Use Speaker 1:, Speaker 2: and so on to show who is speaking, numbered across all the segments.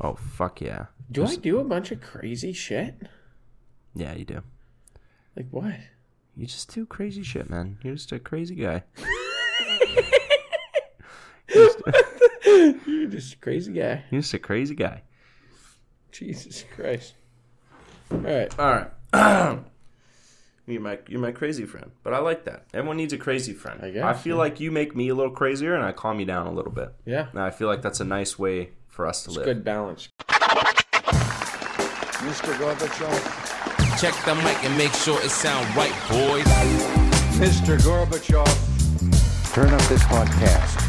Speaker 1: Oh fuck yeah.
Speaker 2: Do I do a bunch of crazy shit?
Speaker 1: Yeah, you do.
Speaker 2: Like what?
Speaker 1: You just do crazy shit, man. You're just a crazy guy.
Speaker 2: You're just a crazy guy.
Speaker 1: You're just a crazy guy.
Speaker 2: Jesus Christ. All right.
Speaker 1: All right. you're my you're my crazy friend, but I like that. Everyone needs a crazy friend.
Speaker 2: I guess,
Speaker 1: I feel like you make me a little crazier, and I calm you down a little bit.
Speaker 2: Yeah.
Speaker 1: And I feel like that's a nice way for us to live.
Speaker 2: Good balance.
Speaker 3: Mr. Gorbachev,
Speaker 4: Check the mic and make sure it sound right, boys.
Speaker 3: Mr. Gorbachev, turn up this podcast.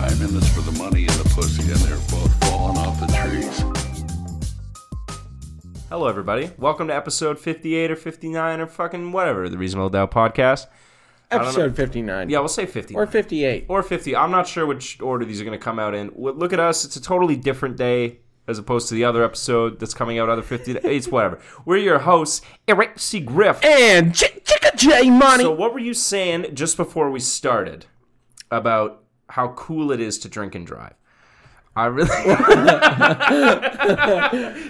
Speaker 5: I'm in this for the money and the pussy, and they're both falling off the trees.
Speaker 1: Hello, everybody. Welcome to episode 58 or 59 or fucking whatever the Reasonable Doubt podcast. don't know.
Speaker 2: Episode 59.
Speaker 1: Yeah, we'll say 50
Speaker 2: Or 58.
Speaker 1: or 50. I'm not sure which order these are going to come out in. W- Look at us. It's a totally different day as opposed to the other episode that's coming out other 50 days, whatever. We're your hosts, Eric C. Griff.
Speaker 2: and Ch- Chicka J Money.
Speaker 1: So what were you saying just before we started about how cool it is to drink and drive? I really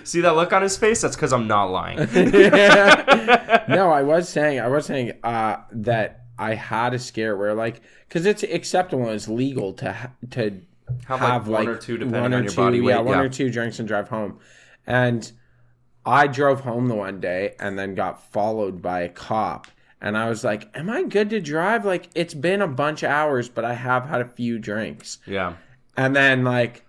Speaker 1: see that look on his face. That's because I'm not lying.
Speaker 2: no, I was saying, I was saying uh, that I had a scare where, like, because it's acceptable, and it's legal to ha- to
Speaker 1: Have, like,
Speaker 2: have
Speaker 1: one
Speaker 2: like
Speaker 1: or two, depending
Speaker 2: one
Speaker 1: on
Speaker 2: or
Speaker 1: your
Speaker 2: two-
Speaker 1: body
Speaker 2: yeah,
Speaker 1: weight,
Speaker 2: one
Speaker 1: yeah.
Speaker 2: or two drinks and drive home. And I drove home the one day and then got followed by a cop. And I was like, "Am I good to drive? Like, it's been a bunch of hours, but I have had a few drinks."
Speaker 1: yeah,
Speaker 2: And then, like,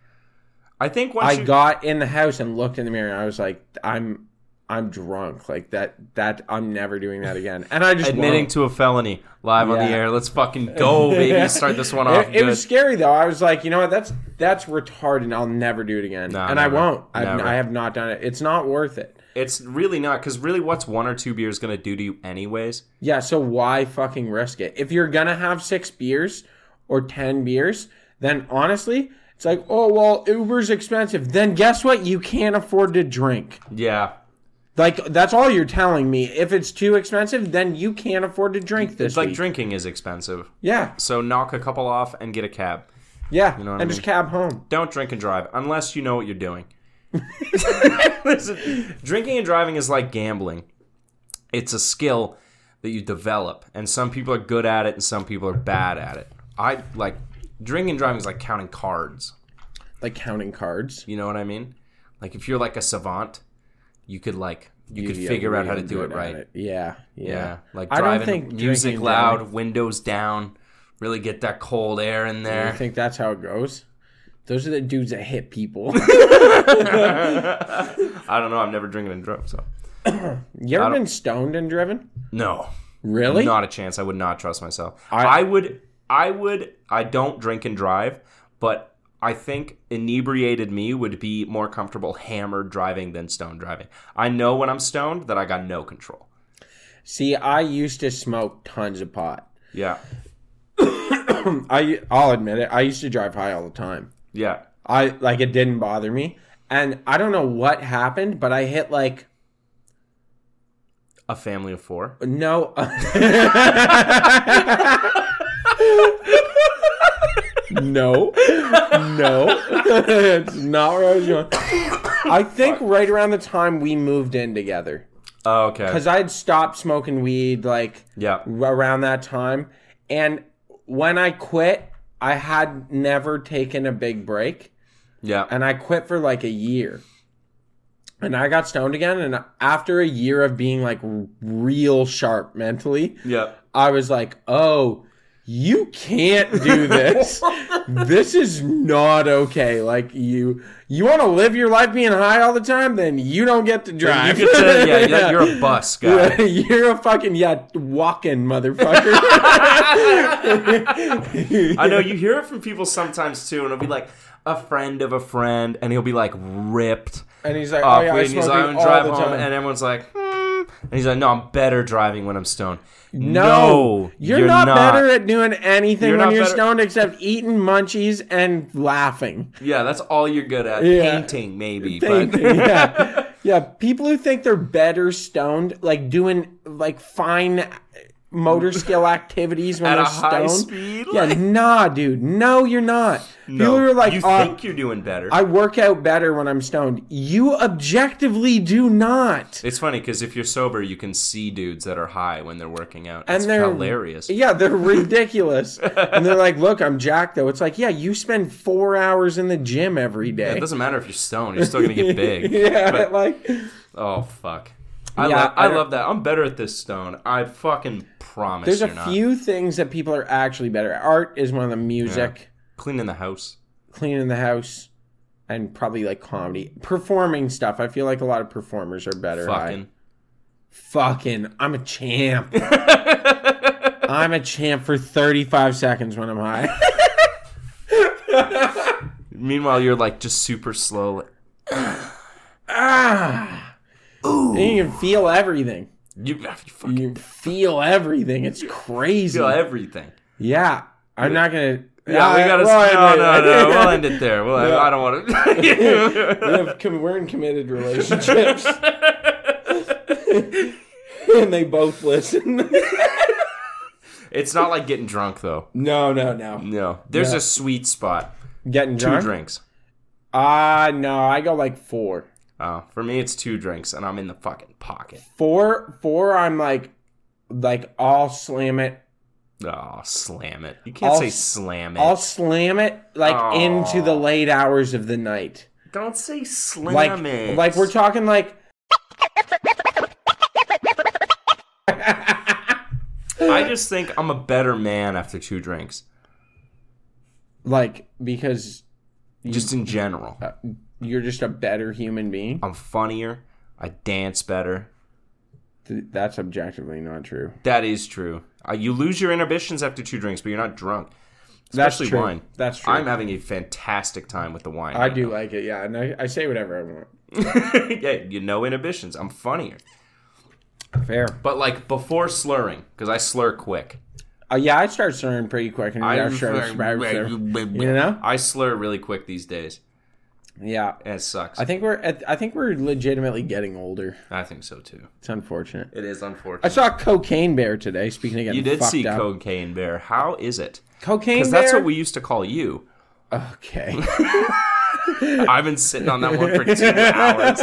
Speaker 1: I think once
Speaker 2: I
Speaker 1: you,
Speaker 2: got in the house and looked in the mirror and I was like, I'm I'm drunk. Like that that I'm never doing that again. And I just
Speaker 1: admitting
Speaker 2: won't.
Speaker 1: to a felony live on the
Speaker 2: Yeah.
Speaker 1: air. Let's fucking go, baby. Start this one off.
Speaker 2: it, it
Speaker 1: good.
Speaker 2: was scary though. I was like, you know what, that's that's retarded and I'll never do it again.
Speaker 1: No,
Speaker 2: and
Speaker 1: never.
Speaker 2: I won't. I've,
Speaker 1: Never.
Speaker 2: I have not done it. It's not worth it.
Speaker 1: It's really not because really, what's one or two beers gonna do to you, anyways?
Speaker 2: Yeah, so why fucking risk it? If you're gonna have six beers or ten beers, then honestly, it's like, oh well, Uber's expensive. Then guess what? You can't afford to drink.
Speaker 1: Yeah,
Speaker 2: Like that's all you're telling me. If it's too expensive, then you can't afford to drink this.
Speaker 1: it's like
Speaker 2: week.
Speaker 1: drinking is expensive.
Speaker 2: Yeah,
Speaker 1: So knock a couple off and get a cab.
Speaker 2: yeah.
Speaker 1: know what
Speaker 2: and
Speaker 1: I
Speaker 2: just
Speaker 1: mean?
Speaker 2: cab home.
Speaker 1: don't drink and drive unless you know what you're doing. Listen, drinking and driving is like gambling. It's a skill that you develop, and some people are good at it, and some people are bad at it. I like drinking and driving is like counting cards.
Speaker 2: Like counting cards.
Speaker 1: You know what I mean? Like if you're like a savant, you could like you, could
Speaker 2: You'd be
Speaker 1: figure out how to
Speaker 2: really
Speaker 1: do it
Speaker 2: good at
Speaker 1: right.
Speaker 2: Yeah, yeah.
Speaker 1: Yeah. like
Speaker 2: I don't
Speaker 1: driving
Speaker 2: think drinking
Speaker 1: music
Speaker 2: and
Speaker 1: loud,
Speaker 2: driving-
Speaker 1: windows down, really get that cold air in
Speaker 2: I
Speaker 1: there.
Speaker 2: think that's how it goes. Those are the dudes that hit people.
Speaker 1: I don't know. I've never drinking and drove, so
Speaker 2: you
Speaker 1: I
Speaker 2: ever
Speaker 1: don't-
Speaker 2: been stoned and driven?
Speaker 1: no.
Speaker 2: Really?
Speaker 1: Not a chance. I would not trust myself.
Speaker 2: I-
Speaker 1: I, would. I would. I don't drink and drive, but I think inebriated me would be more comfortable hammered driving than stoned driving. I know when I'm stoned that I got no control.
Speaker 2: See, I used to smoke tons of pot.
Speaker 1: Yeah.
Speaker 2: I I'll admit it. I used to drive high all the time.
Speaker 1: Yeah.
Speaker 2: I like it didn't bother me, and I don't know what happened, but I hit like
Speaker 1: A family of four.
Speaker 2: No. no. No. it's not where I was going. I think right around the time we moved in together.
Speaker 1: Oh, okay.
Speaker 2: Because I had stopped smoking weed like
Speaker 1: Yeah.
Speaker 2: around that time. And when I quit, I had never taken a big break
Speaker 1: Yeah.
Speaker 2: and I quit for like a year. And I got stoned again. And after a year of being like r- real sharp mentally,
Speaker 1: Yeah.
Speaker 2: I was like, oh, you can't do this. this is not okay. Like you, you want to live your life being high all the time, then you don't get to
Speaker 1: You
Speaker 2: drive.
Speaker 1: could tell, yeah, yeah, you're a bus guy.
Speaker 2: Yeah, You're a fucking yeah walking motherfucker.
Speaker 1: I know you hear it from people sometimes too, and it'll be like a friend of a friend, and he'll be like ripped.
Speaker 2: and he's like,
Speaker 1: up
Speaker 2: oh yeah, I
Speaker 1: and he's
Speaker 2: smoke
Speaker 1: like, I'm
Speaker 2: weed all
Speaker 1: drive
Speaker 2: the
Speaker 1: home,
Speaker 2: time.
Speaker 1: and everyone's like, hmm. and he's like, no, I'm better driving when I'm stoned.
Speaker 2: no, you're, not, better at doing anything
Speaker 1: You're
Speaker 2: when
Speaker 1: not
Speaker 2: you're
Speaker 1: better-
Speaker 2: stoned except eating munchies and laughing.
Speaker 1: Yeah, that's all you're good at.
Speaker 2: Yeah.
Speaker 1: Painting, maybe.
Speaker 2: Painting,
Speaker 1: But
Speaker 2: yeah. yeah, people who think they're better stoned, like doing like fine motor skill activities when
Speaker 1: At a
Speaker 2: they're
Speaker 1: high
Speaker 2: stoned?
Speaker 1: speed,
Speaker 2: yeah,
Speaker 1: like-
Speaker 2: nah, dude. No, you're not.
Speaker 1: No,
Speaker 2: you are like,
Speaker 1: you
Speaker 2: "Oh,
Speaker 1: think you're doing better.
Speaker 2: I work out better when I'm stoned. You objectively do not.
Speaker 1: it's funny because if you're sober, you can see dudes that are high when they're working out.
Speaker 2: And
Speaker 1: It's
Speaker 2: they're
Speaker 1: hilarious.
Speaker 2: Yeah, they're ridiculous. and they're like, "Look, I'm jacked though." It's like, "Yeah, you spend 4 hours in the gym every day."
Speaker 1: It doesn't matter if you're stoned; you're still gonna get big.
Speaker 2: yeah,
Speaker 1: But-
Speaker 2: like
Speaker 1: oh fuck! I,
Speaker 2: Yeah,
Speaker 1: lo-
Speaker 2: I
Speaker 1: I,
Speaker 2: don't-
Speaker 1: love that. I'm better at this stone. I fucking promise.
Speaker 2: there's
Speaker 1: you're
Speaker 2: a
Speaker 1: not.
Speaker 2: few things that people are actually better at. Art is one of them, music,
Speaker 1: cleaning the house.
Speaker 2: cleaning the house, and probably like comedy, performing stuff. I feel like a lot of performers are better at.
Speaker 1: Fucking.
Speaker 2: Fucking, I'm a champ. I'm a champ for 35 seconds when I'm high.
Speaker 1: Meanwhile, you're like just super slow. like,
Speaker 2: ah. And you can feel everything.
Speaker 1: You, you fucking
Speaker 2: You can feel everything. It's crazy.
Speaker 1: feel everything.
Speaker 2: yeah. I'm not going to.
Speaker 1: Yeah, we gotta. no, no, no. We'll end it there. We'll, I, I don't want to.
Speaker 2: we have com- we're in committed relationships. and they both listen.
Speaker 1: it's not like getting drunk though.
Speaker 2: no, no, no.
Speaker 1: No, there's a sweet spot.
Speaker 2: Getting
Speaker 1: Two
Speaker 2: drunk?
Speaker 1: drinks.
Speaker 2: Ah, no. I go like four.
Speaker 1: Uh, for me, it's two drinks, and I'm in the fucking pocket.
Speaker 2: Four, four. I'm like, like I'll slam it.
Speaker 1: Oh, slam it. You can't
Speaker 2: I'll
Speaker 1: say
Speaker 2: s-
Speaker 1: slam it.
Speaker 2: I'll slam it like
Speaker 1: Aw.
Speaker 2: into the late hours of the night.
Speaker 1: Don't say slam
Speaker 2: Like,
Speaker 1: it.
Speaker 2: like we're talking like
Speaker 1: I just think I'm a better man after two drinks,
Speaker 2: like because
Speaker 1: just in general.
Speaker 2: you're just a better human being.
Speaker 1: I'm funnier. I dance better.
Speaker 2: Th- That's objectively not true.
Speaker 1: That is true. Uh, you lose your inhibitions after two drinks, but you're not drunk.
Speaker 2: That's
Speaker 1: Especially
Speaker 2: true.
Speaker 1: wine.
Speaker 2: That's true.
Speaker 1: I'm having a fantastic time with the wine.
Speaker 2: I do like it, yeah, and I, I say whatever I want.
Speaker 1: yeah, you know inhibitions. I'm funnier.
Speaker 2: Fair.
Speaker 1: But like before slurring, because I slur quick.
Speaker 2: Uh, yeah, I start slurring pretty quick, and I start slurring, you know,
Speaker 1: I slur really quick these days,
Speaker 2: yeah.
Speaker 1: and it sucks.
Speaker 2: I think we're at, I think we're legitimately getting older.
Speaker 1: I think so too.
Speaker 2: It's unfortunate.
Speaker 1: It is
Speaker 2: I
Speaker 1: unfortunate.
Speaker 2: saw Cocaine Bear today. Speaking again,
Speaker 1: You did see
Speaker 2: up.
Speaker 1: Cocaine Bear. How is it?
Speaker 2: Cocaine
Speaker 1: Because
Speaker 2: Bear.
Speaker 1: that's what we used to call you.
Speaker 2: Okay.
Speaker 1: I've been sitting on that one for two hours.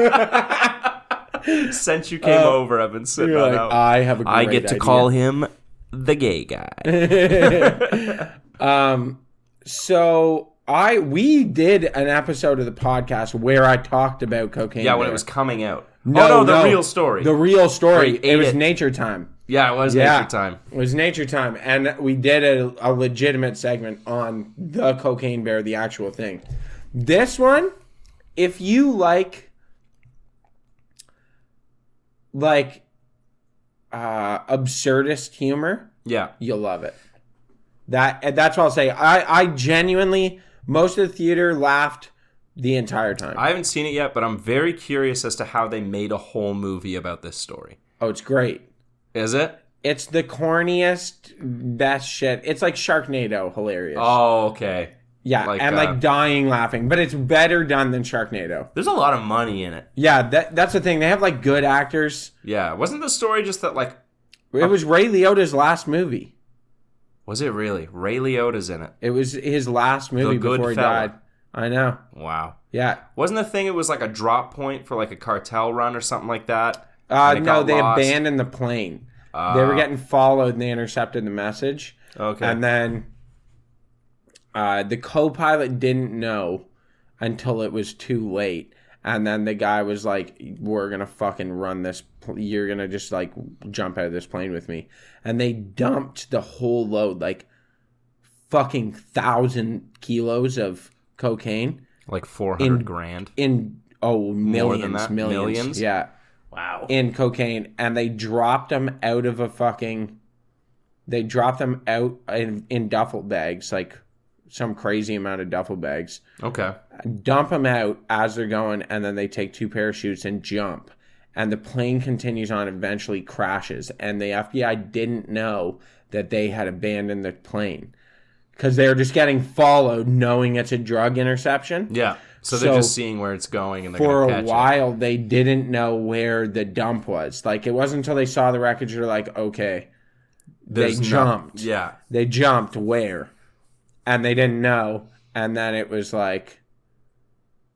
Speaker 1: Since you came over, I've been sitting
Speaker 2: You're
Speaker 1: on
Speaker 2: like,
Speaker 1: that one.
Speaker 2: I have a great
Speaker 1: "Ah, I get to
Speaker 2: idea."
Speaker 1: call him the gay guy.
Speaker 2: Um, So I we did an episode of the podcast where I talked about cocaine.
Speaker 1: yeah, when
Speaker 2: Bear.
Speaker 1: it was coming out. oh no, the real story.
Speaker 2: The real story.
Speaker 1: Where he
Speaker 2: It
Speaker 1: ate
Speaker 2: was
Speaker 1: it.
Speaker 2: nature time.
Speaker 1: yeah, it was
Speaker 2: Yeah.
Speaker 1: nature time.
Speaker 2: It was nature time, and we did a, a legitimate segment on the cocaine bear, the actual thing. This one, if you like, like, uh, absurdist humor,
Speaker 1: Yeah.
Speaker 2: you'll love it. That and that's what I'll say. I I genuinely most of the theater laughed the entire time.
Speaker 1: I haven't seen it yet, but I'm very curious as to how they made a whole movie about this story.
Speaker 2: oh, it's great.
Speaker 1: Is it?
Speaker 2: It's the corniest, best shit. It's like Sharknado, hilarious.
Speaker 1: Oh, okay.
Speaker 2: yeah,
Speaker 1: like,
Speaker 2: and
Speaker 1: uh,
Speaker 2: like dying laughing, but it's better done than Sharknado.
Speaker 1: There's a lot of money in it.
Speaker 2: Yeah, that that's the thing. They have like good actors.
Speaker 1: Yeah. Wasn't the story just that like Uh,
Speaker 2: It was Ray Liotta's last movie.
Speaker 1: was it really? Ray Liotta's in it.
Speaker 2: It was his last movie
Speaker 1: good
Speaker 2: before he
Speaker 1: fella.
Speaker 2: died. I know.
Speaker 1: Wow.
Speaker 2: Yeah.
Speaker 1: Wasn't the thing it was like a drop point for like a cartel run or something like that?
Speaker 2: Uh,
Speaker 1: And it
Speaker 2: no,
Speaker 1: got
Speaker 2: they
Speaker 1: lost. Uh,
Speaker 2: abandoned the plane. they were getting followed, and they intercepted the message.
Speaker 1: Okay.
Speaker 2: And then uh, the co-pilot didn't know until it was too late. And then the guy was like, "We're gonna fucking run this. Pl- you're gonna just like jump out of this plane with me." And they dumped the whole load, like fucking thousand kilos of cocaine
Speaker 1: Like four hundred grand.
Speaker 2: in oh millions,
Speaker 1: that?
Speaker 2: millions,
Speaker 1: Millions?
Speaker 2: yeah,
Speaker 1: Wow.
Speaker 2: in cocaine, and they dropped them out of a fucking. They dropped them out in, in duffel bags, like some crazy amount of duffel bags.
Speaker 1: Okay.
Speaker 2: Dump them out as they're going, and then they take two parachutes and jump. And the plane continues on, eventually crashes. And the FBI didn't know that they had abandoned the plane. because they're just getting followed, knowing it's a drug interception.
Speaker 1: Yeah. So they're
Speaker 2: So-
Speaker 1: just seeing where it's going and they're
Speaker 2: for
Speaker 1: gonna
Speaker 2: a
Speaker 1: catch It.
Speaker 2: while they didn't know where the dump was. Like it wasn't until they saw the wreckage they're like, okay,
Speaker 1: There's
Speaker 2: they
Speaker 1: no-
Speaker 2: jumped.
Speaker 1: yeah.
Speaker 2: they jumped where, and they didn't know. And then it was like,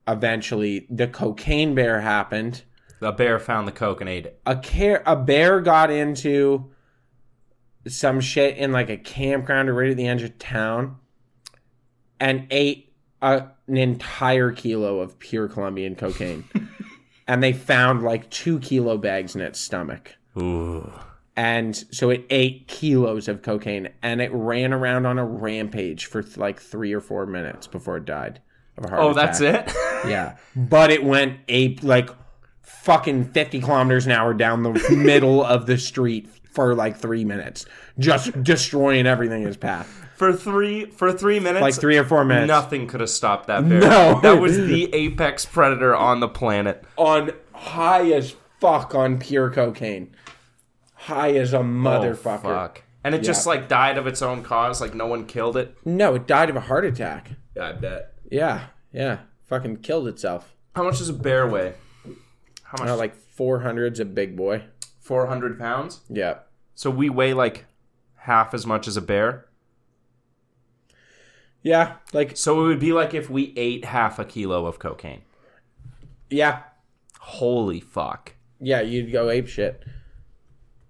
Speaker 2: eventually the cocaine bear happened.
Speaker 1: The bear found the coke and ate it.
Speaker 2: A care a bear got into some shit in like a campground or right at the edge of town, and ate a, an entire kilo of pure Colombian cocaine. and they found like two kilo bags in its stomach.
Speaker 1: Ooh.
Speaker 2: And so it ate kilos of cocaine and it ran around on a rampage for like three or four minutes before it died of a heart
Speaker 1: Oh, that's
Speaker 2: attack.
Speaker 1: it?
Speaker 2: Yeah. But it went ape like fucking 50 kilometers an hour down the middle of the street for like three minutes, just destroying everything in its path.
Speaker 1: for three for three minutes?
Speaker 2: Like three or four minutes.
Speaker 1: Nothing could have stopped that bear.
Speaker 2: No. Oh,
Speaker 1: That was the apex predator on the planet.
Speaker 2: on high as fuck on pure cocaine. High as a motherfucker.
Speaker 1: Oh, fuck. And it just like died of its own cause, like no one killed it.
Speaker 2: No, it died of a heart attack.
Speaker 1: I bet.
Speaker 2: Yeah, yeah. Fucking killed itself.
Speaker 1: How much does a bear weigh? How much?
Speaker 2: Uh, like 400's a big boy.
Speaker 1: four hundred pounds.
Speaker 2: Yeah.
Speaker 1: So we weigh like half as much as a bear.
Speaker 2: Yeah, like,
Speaker 1: So it would be like if we ate half a kilo of cocaine.
Speaker 2: yeah.
Speaker 1: Holy fuck!
Speaker 2: Yeah, you'd go ape shit.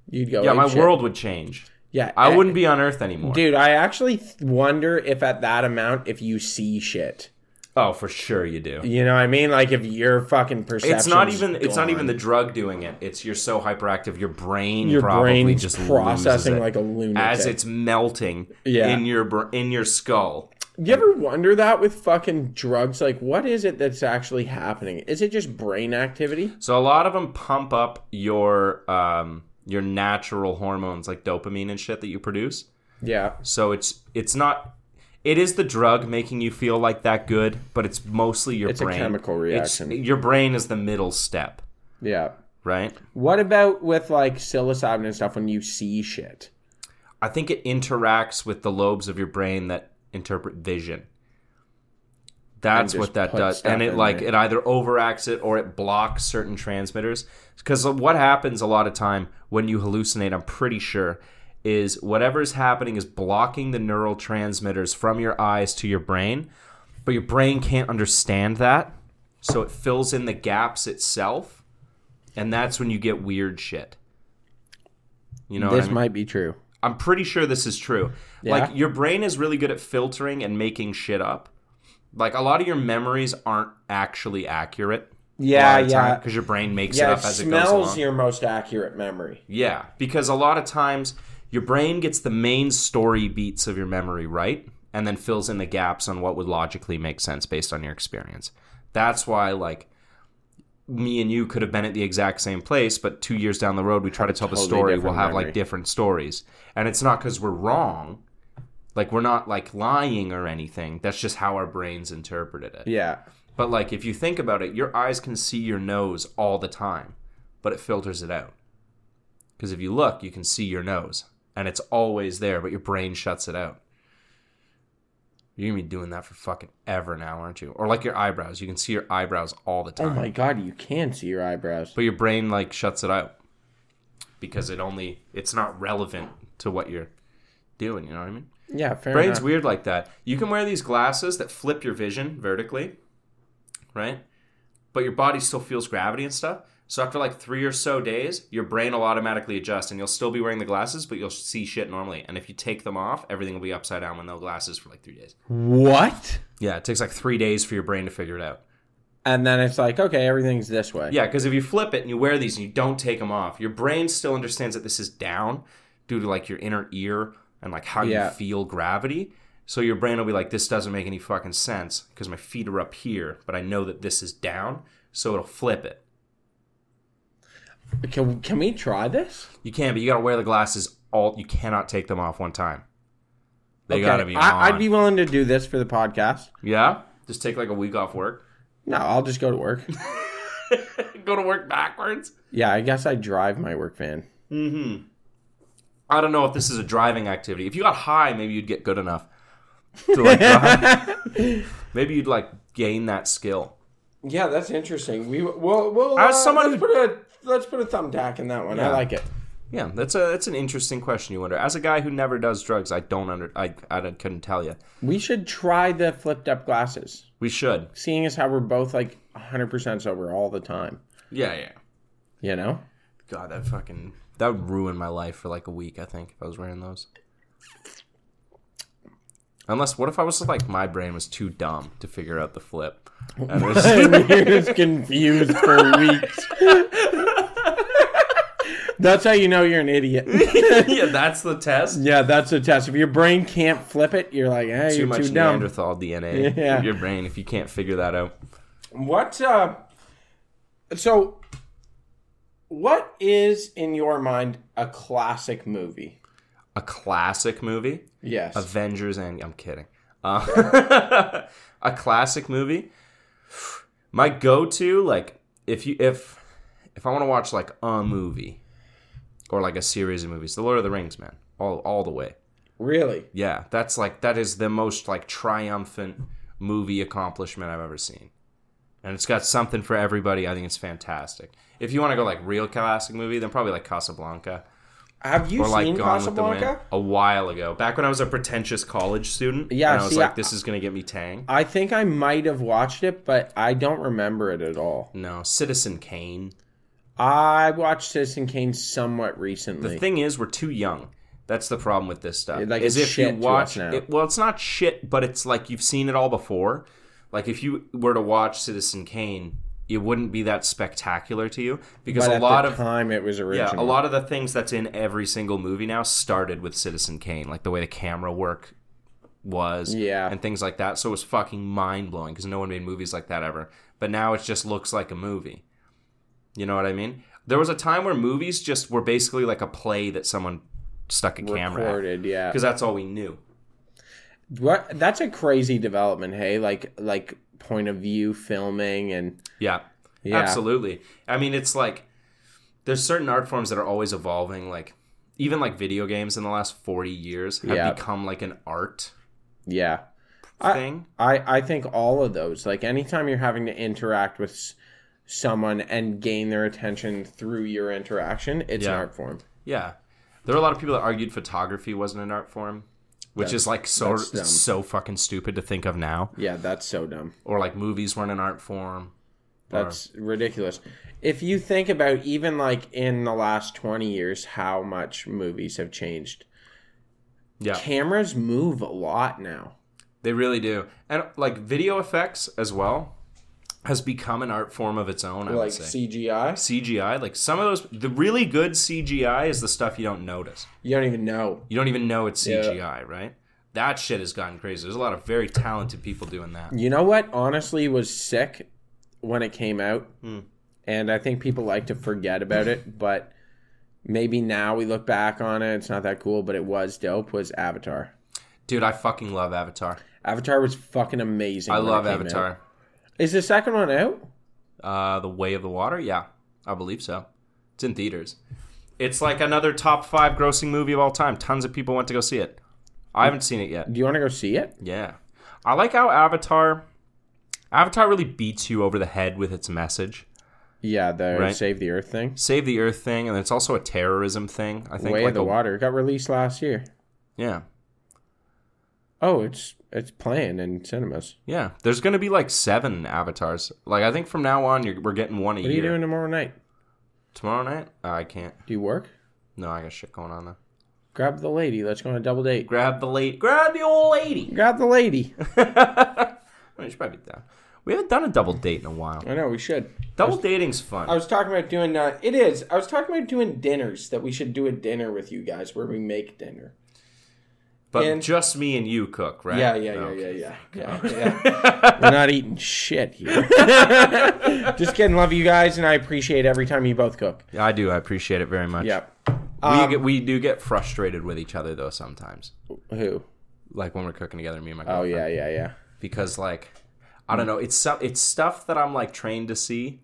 Speaker 2: You'd go
Speaker 1: Yeah,
Speaker 2: ape
Speaker 1: my
Speaker 2: shit.
Speaker 1: world would change.
Speaker 2: Yeah.
Speaker 1: I
Speaker 2: eh,
Speaker 1: wouldn't be on Earth anymore.
Speaker 2: Dude, I actually th- wonder if at that amount, if you see shit.
Speaker 1: Oh, for sure you do.
Speaker 2: You know what I mean? Like if your fucking perception.
Speaker 1: It's not even. It's not even the drug doing it. It's you're so hyperactive. Your brain.
Speaker 2: your
Speaker 1: probably
Speaker 2: brain's
Speaker 1: just
Speaker 2: processing
Speaker 1: loses it
Speaker 2: like a lunatic.
Speaker 1: as it's melting
Speaker 2: Yeah.
Speaker 1: in your br- in your skull.
Speaker 2: You ever wonder that with fucking drugs? Like, what is it that's actually happening? Is it just brain activity?
Speaker 1: So a lot of them pump up your um, your natural hormones like dopamine and shit that you produce.
Speaker 2: Yeah.
Speaker 1: So it's it's not. It is the drug making you feel like that good, but it's mostly your
Speaker 2: It's a
Speaker 1: brain.
Speaker 2: chemical
Speaker 1: It's-
Speaker 2: reaction.
Speaker 1: your brain is the middle step,
Speaker 2: Yeah.
Speaker 1: right?
Speaker 2: What about with like psilocybin and stuff when you see shit?
Speaker 1: I think it interacts with the lobes of your brain that interpret vision. That's
Speaker 2: And just
Speaker 1: what that
Speaker 2: put
Speaker 1: does.
Speaker 2: stuff
Speaker 1: And it
Speaker 2: in
Speaker 1: like
Speaker 2: there.
Speaker 1: it either overacts it or it blocks certain transmitters. Because what happens a lot of time when you hallucinate, I'm pretty sure, is whatever is happening is blocking the neural transmitters from your eyes to your brain, but your brain can't understand that. So it fills in the gaps itself. And that's when you get weird shit. You know what I
Speaker 2: this
Speaker 1: mean?
Speaker 2: might be true.
Speaker 1: I'm pretty sure this is true. Like your brain is really good at filtering and making shit up. Like a lot of your memories aren't actually accurate.
Speaker 2: Yeah, yeah.
Speaker 1: Because your brain makes it
Speaker 2: Yeah,
Speaker 1: up
Speaker 2: it
Speaker 1: as it goes along.
Speaker 2: smells your most accurate memory.
Speaker 1: yeah, because a lot of times your brain gets the main story beats of your memory right, and then fills in the gaps on what would logically make sense based on your experience. That's why like. Me and you could have been at the exact same place, but two years down the road, we try to tell the
Speaker 2: totally
Speaker 1: story. We'll
Speaker 2: different
Speaker 1: have
Speaker 2: memory.
Speaker 1: like different stories, and it's not because we're wrong. Like we're not like lying or anything. That's just how our brains interpreted it.
Speaker 2: Yeah.
Speaker 1: But like if you think about it, your eyes can see your nose all the time, but it filters it out. Because if you look, you can see your nose, and it's always there, but your brain shuts it out. You're gonna be doing that for fucking ever now, aren't you? Or like your eyebrows, you can see your eyebrows all the
Speaker 2: Oh
Speaker 1: time,
Speaker 2: my god, you can see your eyebrows.
Speaker 1: but your brain like shuts it out because it only it's not relevant to what you're doing. You know what I mean?
Speaker 2: yeah, fair
Speaker 1: Brain's
Speaker 2: enough.
Speaker 1: weird like that. You can wear these glasses that flip your vision vertically, right? But your body still feels gravity and stuff. So after like three or so days, your brain will automatically adjust, and you'll still be wearing the glasses, but you'll see shit normally. And if you take them off, everything will be upside down with no glasses for like three days.
Speaker 2: What?
Speaker 1: Yeah, it takes like three days for your brain to figure it out.
Speaker 2: And then it's like, okay, everything's this way.
Speaker 1: Yeah, because if you flip it and you wear these and you don't take them off, your brain still understands that this is down due to like your inner ear and like how
Speaker 2: Yeah.
Speaker 1: you feel gravity. So your brain will be like, this doesn't make any fucking sense because my feet are up here, but I know that this is down, so it'll flip it.
Speaker 2: Can, can we try this?
Speaker 1: You can, but you gotta wear the glasses all. You cannot take them off one time. They
Speaker 2: Okay,
Speaker 1: gotta be on.
Speaker 2: I, I'd be willing to do this for the podcast.
Speaker 1: yeah. Just take like a week off work.
Speaker 2: No, I'll just go to work.
Speaker 1: Go to work backwards.
Speaker 2: yeah, I guess I drive my work van.
Speaker 1: I don't know if this is a driving activity. If you got high, maybe you'd get good enough. to like drive. Maybe you'd like gain that skill.
Speaker 2: Yeah, that's interesting. We well, well
Speaker 1: As someone
Speaker 2: let's
Speaker 1: who-
Speaker 2: put a let's put a thumbtack in that one. I
Speaker 1: Yeah.
Speaker 2: like it.
Speaker 1: Yeah, that's a that's an interesting question. You wonder. As a guy who never does drugs, I don't under I I don't- couldn't tell you.
Speaker 2: We should try the flipped up glasses,
Speaker 1: We should.
Speaker 2: seeing as how we're both like 100% sober all the time.
Speaker 1: Yeah, yeah.
Speaker 2: You know?
Speaker 1: God, that fucking that would ruin my life for like a week. I think if I was wearing those. Unless, what if I was like my brain was too dumb to figure out the flip? And it was-
Speaker 2: And you're just confused for weeks. that's how you know you're an idiot.
Speaker 1: yeah, that's the test.
Speaker 2: Yeah, that's a test. If your brain can't flip it, you're like, hey,
Speaker 1: too
Speaker 2: you're
Speaker 1: much
Speaker 2: too dumb.
Speaker 1: Neanderthal DNA
Speaker 2: Yeah.
Speaker 1: in your brain if you can't figure that out.
Speaker 2: What uh so what is in your mind a classic movie?
Speaker 1: A classic movie,
Speaker 2: Yes.
Speaker 1: Avengers, and I'm kidding. Uh, a classic movie. My go-to, like if you if if I want to watch like a movie or like a series of movies, The Lord of the Rings, man, all all the way.
Speaker 2: really?
Speaker 1: Yeah, that's like that is the most like triumphant movie accomplishment I've ever seen. And it's got something for everybody. I think it's fantastic. If you want to go like real classic movie, then probably like Casablanca
Speaker 2: Have you
Speaker 1: or like
Speaker 2: seen
Speaker 1: Gone with the Wind
Speaker 2: Casablanca?
Speaker 1: a while ago. Back when I was a pretentious college student,
Speaker 2: Yeah,
Speaker 1: and I was
Speaker 2: see,
Speaker 1: like,
Speaker 2: I-
Speaker 1: this is gonna get me tang.
Speaker 2: I think I might have watched it, but I don't remember it at all.
Speaker 1: No, Citizen Kane.
Speaker 2: I watched Citizen Kane somewhat
Speaker 1: The
Speaker 2: recently.
Speaker 1: thing is, we're too young. That's the problem with this stuff.
Speaker 2: Yeah, like,
Speaker 1: is
Speaker 2: it's
Speaker 1: if
Speaker 2: shit
Speaker 1: you
Speaker 2: to us
Speaker 1: watch
Speaker 2: now.
Speaker 1: it, well, it's not shit, but it's like you've seen it all before. Like if you were to watch Citizen Kane, it wouldn't be that spectacular to you because
Speaker 2: but
Speaker 1: a
Speaker 2: at
Speaker 1: lot
Speaker 2: the
Speaker 1: of
Speaker 2: time it was
Speaker 1: yeah, a
Speaker 2: original.
Speaker 1: lot of the things that's in every single movie now started with Citizen Kane, like the way the camera work was,
Speaker 2: Yeah.
Speaker 1: and things like that. So it was fucking mind blowing because no one made movies like that ever. But now it just looks like a movie. You know what I mean? There was a time where movies just were basically like a play that someone stuck a camera
Speaker 2: recorded, yeah.
Speaker 1: because that's all we knew.
Speaker 2: What that's a crazy development, hey? Like like point of view filming and
Speaker 1: Yeah.
Speaker 2: Yeah.
Speaker 1: Absolutely. I mean, it's like there's certain art forms that are always evolving. Like even like video games in the last 40 years have
Speaker 2: Yeah.
Speaker 1: become like an art
Speaker 2: yeah.
Speaker 1: thing.
Speaker 2: I, I think all of those like anytime you're having to interact with s- someone and gain their attention through your interaction it's an
Speaker 1: Yeah.
Speaker 2: art form
Speaker 1: Yeah. There were a lot of people that argued photography wasn't an art form, which is like so
Speaker 2: that's dumb.
Speaker 1: so fucking stupid to think of now.
Speaker 2: yeah that's so dumb
Speaker 1: Or like movies weren't an art form.
Speaker 2: that's ridiculous if you think about even like in the last 20 years how much movies have changed
Speaker 1: Yeah.
Speaker 2: cameras move a lot now
Speaker 1: They really do. And like video effects as well has become an art form of its own, I
Speaker 2: like
Speaker 1: would say.
Speaker 2: cgi
Speaker 1: CGI, like some of those, the really good CGI is the stuff you don't notice.
Speaker 2: you don't even know
Speaker 1: You don't even know it's CGI, right? That shit has gotten crazy. There's a lot of very talented people doing that.
Speaker 2: you know what honestly was sick when it came out
Speaker 1: Hmm.
Speaker 2: and i think people like to forget about it but maybe now we look back on it it's not that cool but it was dope was avatar
Speaker 1: Dude, I fucking love Avatar.
Speaker 2: avatar was fucking amazing
Speaker 1: I
Speaker 2: when it
Speaker 1: love
Speaker 2: came out.
Speaker 1: Avatar.
Speaker 2: is the second one out
Speaker 1: Uh, the Way of the Water? Yeah, I believe so. It's in theaters. It's like another top five grossing movie of all time. Tons of people went to go see it. I haven't seen it yet.
Speaker 2: do you want to go see it
Speaker 1: Yeah. I like how Avatar Avatar really beats you over the head with its message.
Speaker 2: yeah the
Speaker 1: Right.
Speaker 2: save the earth thing
Speaker 1: Save the Earth thing, and it's also a terrorism thing, I think.
Speaker 2: way
Speaker 1: like
Speaker 2: of the
Speaker 1: a-
Speaker 2: water got released last year
Speaker 1: Yeah.
Speaker 2: oh it's it's playing in cinemas
Speaker 1: Yeah. There's gonna be like seven avatars. Like I think from now on you're, we're getting one a
Speaker 2: what are
Speaker 1: year.
Speaker 2: you doing tomorrow night
Speaker 1: Tomorrow night? Uh, I can't.
Speaker 2: do you work
Speaker 1: No, I got shit going on though.
Speaker 2: grab the lady let's go on a double date
Speaker 1: Grab the late grab the old lady.
Speaker 2: grab the lady
Speaker 1: I mean, it should probably be down. We haven't done a double date in a while.
Speaker 2: i know we should
Speaker 1: Double dating's fun.
Speaker 2: I was talking about doing. Uh, it is. I was talking about doing dinners. That we should do a dinner with you guys where we make dinner.
Speaker 1: but
Speaker 2: and-
Speaker 1: just me and you cook, right?
Speaker 2: Yeah, yeah, yeah,
Speaker 1: Okay.
Speaker 2: yeah, yeah, yeah, yeah. We're not eating shit here. Just kidding. Love you guys, and I appreciate every time you both cook.
Speaker 1: I do. I appreciate it very much.
Speaker 2: Yep. Um,
Speaker 1: we, get, we do get frustrated with each other though sometimes.
Speaker 2: Who?
Speaker 1: Like when we're cooking together, me and my
Speaker 2: Oh
Speaker 1: girlfriend.
Speaker 2: yeah, yeah, yeah. Hmm.
Speaker 1: Because like, I don't know. It's so, it's stuff that I'm like trained to see.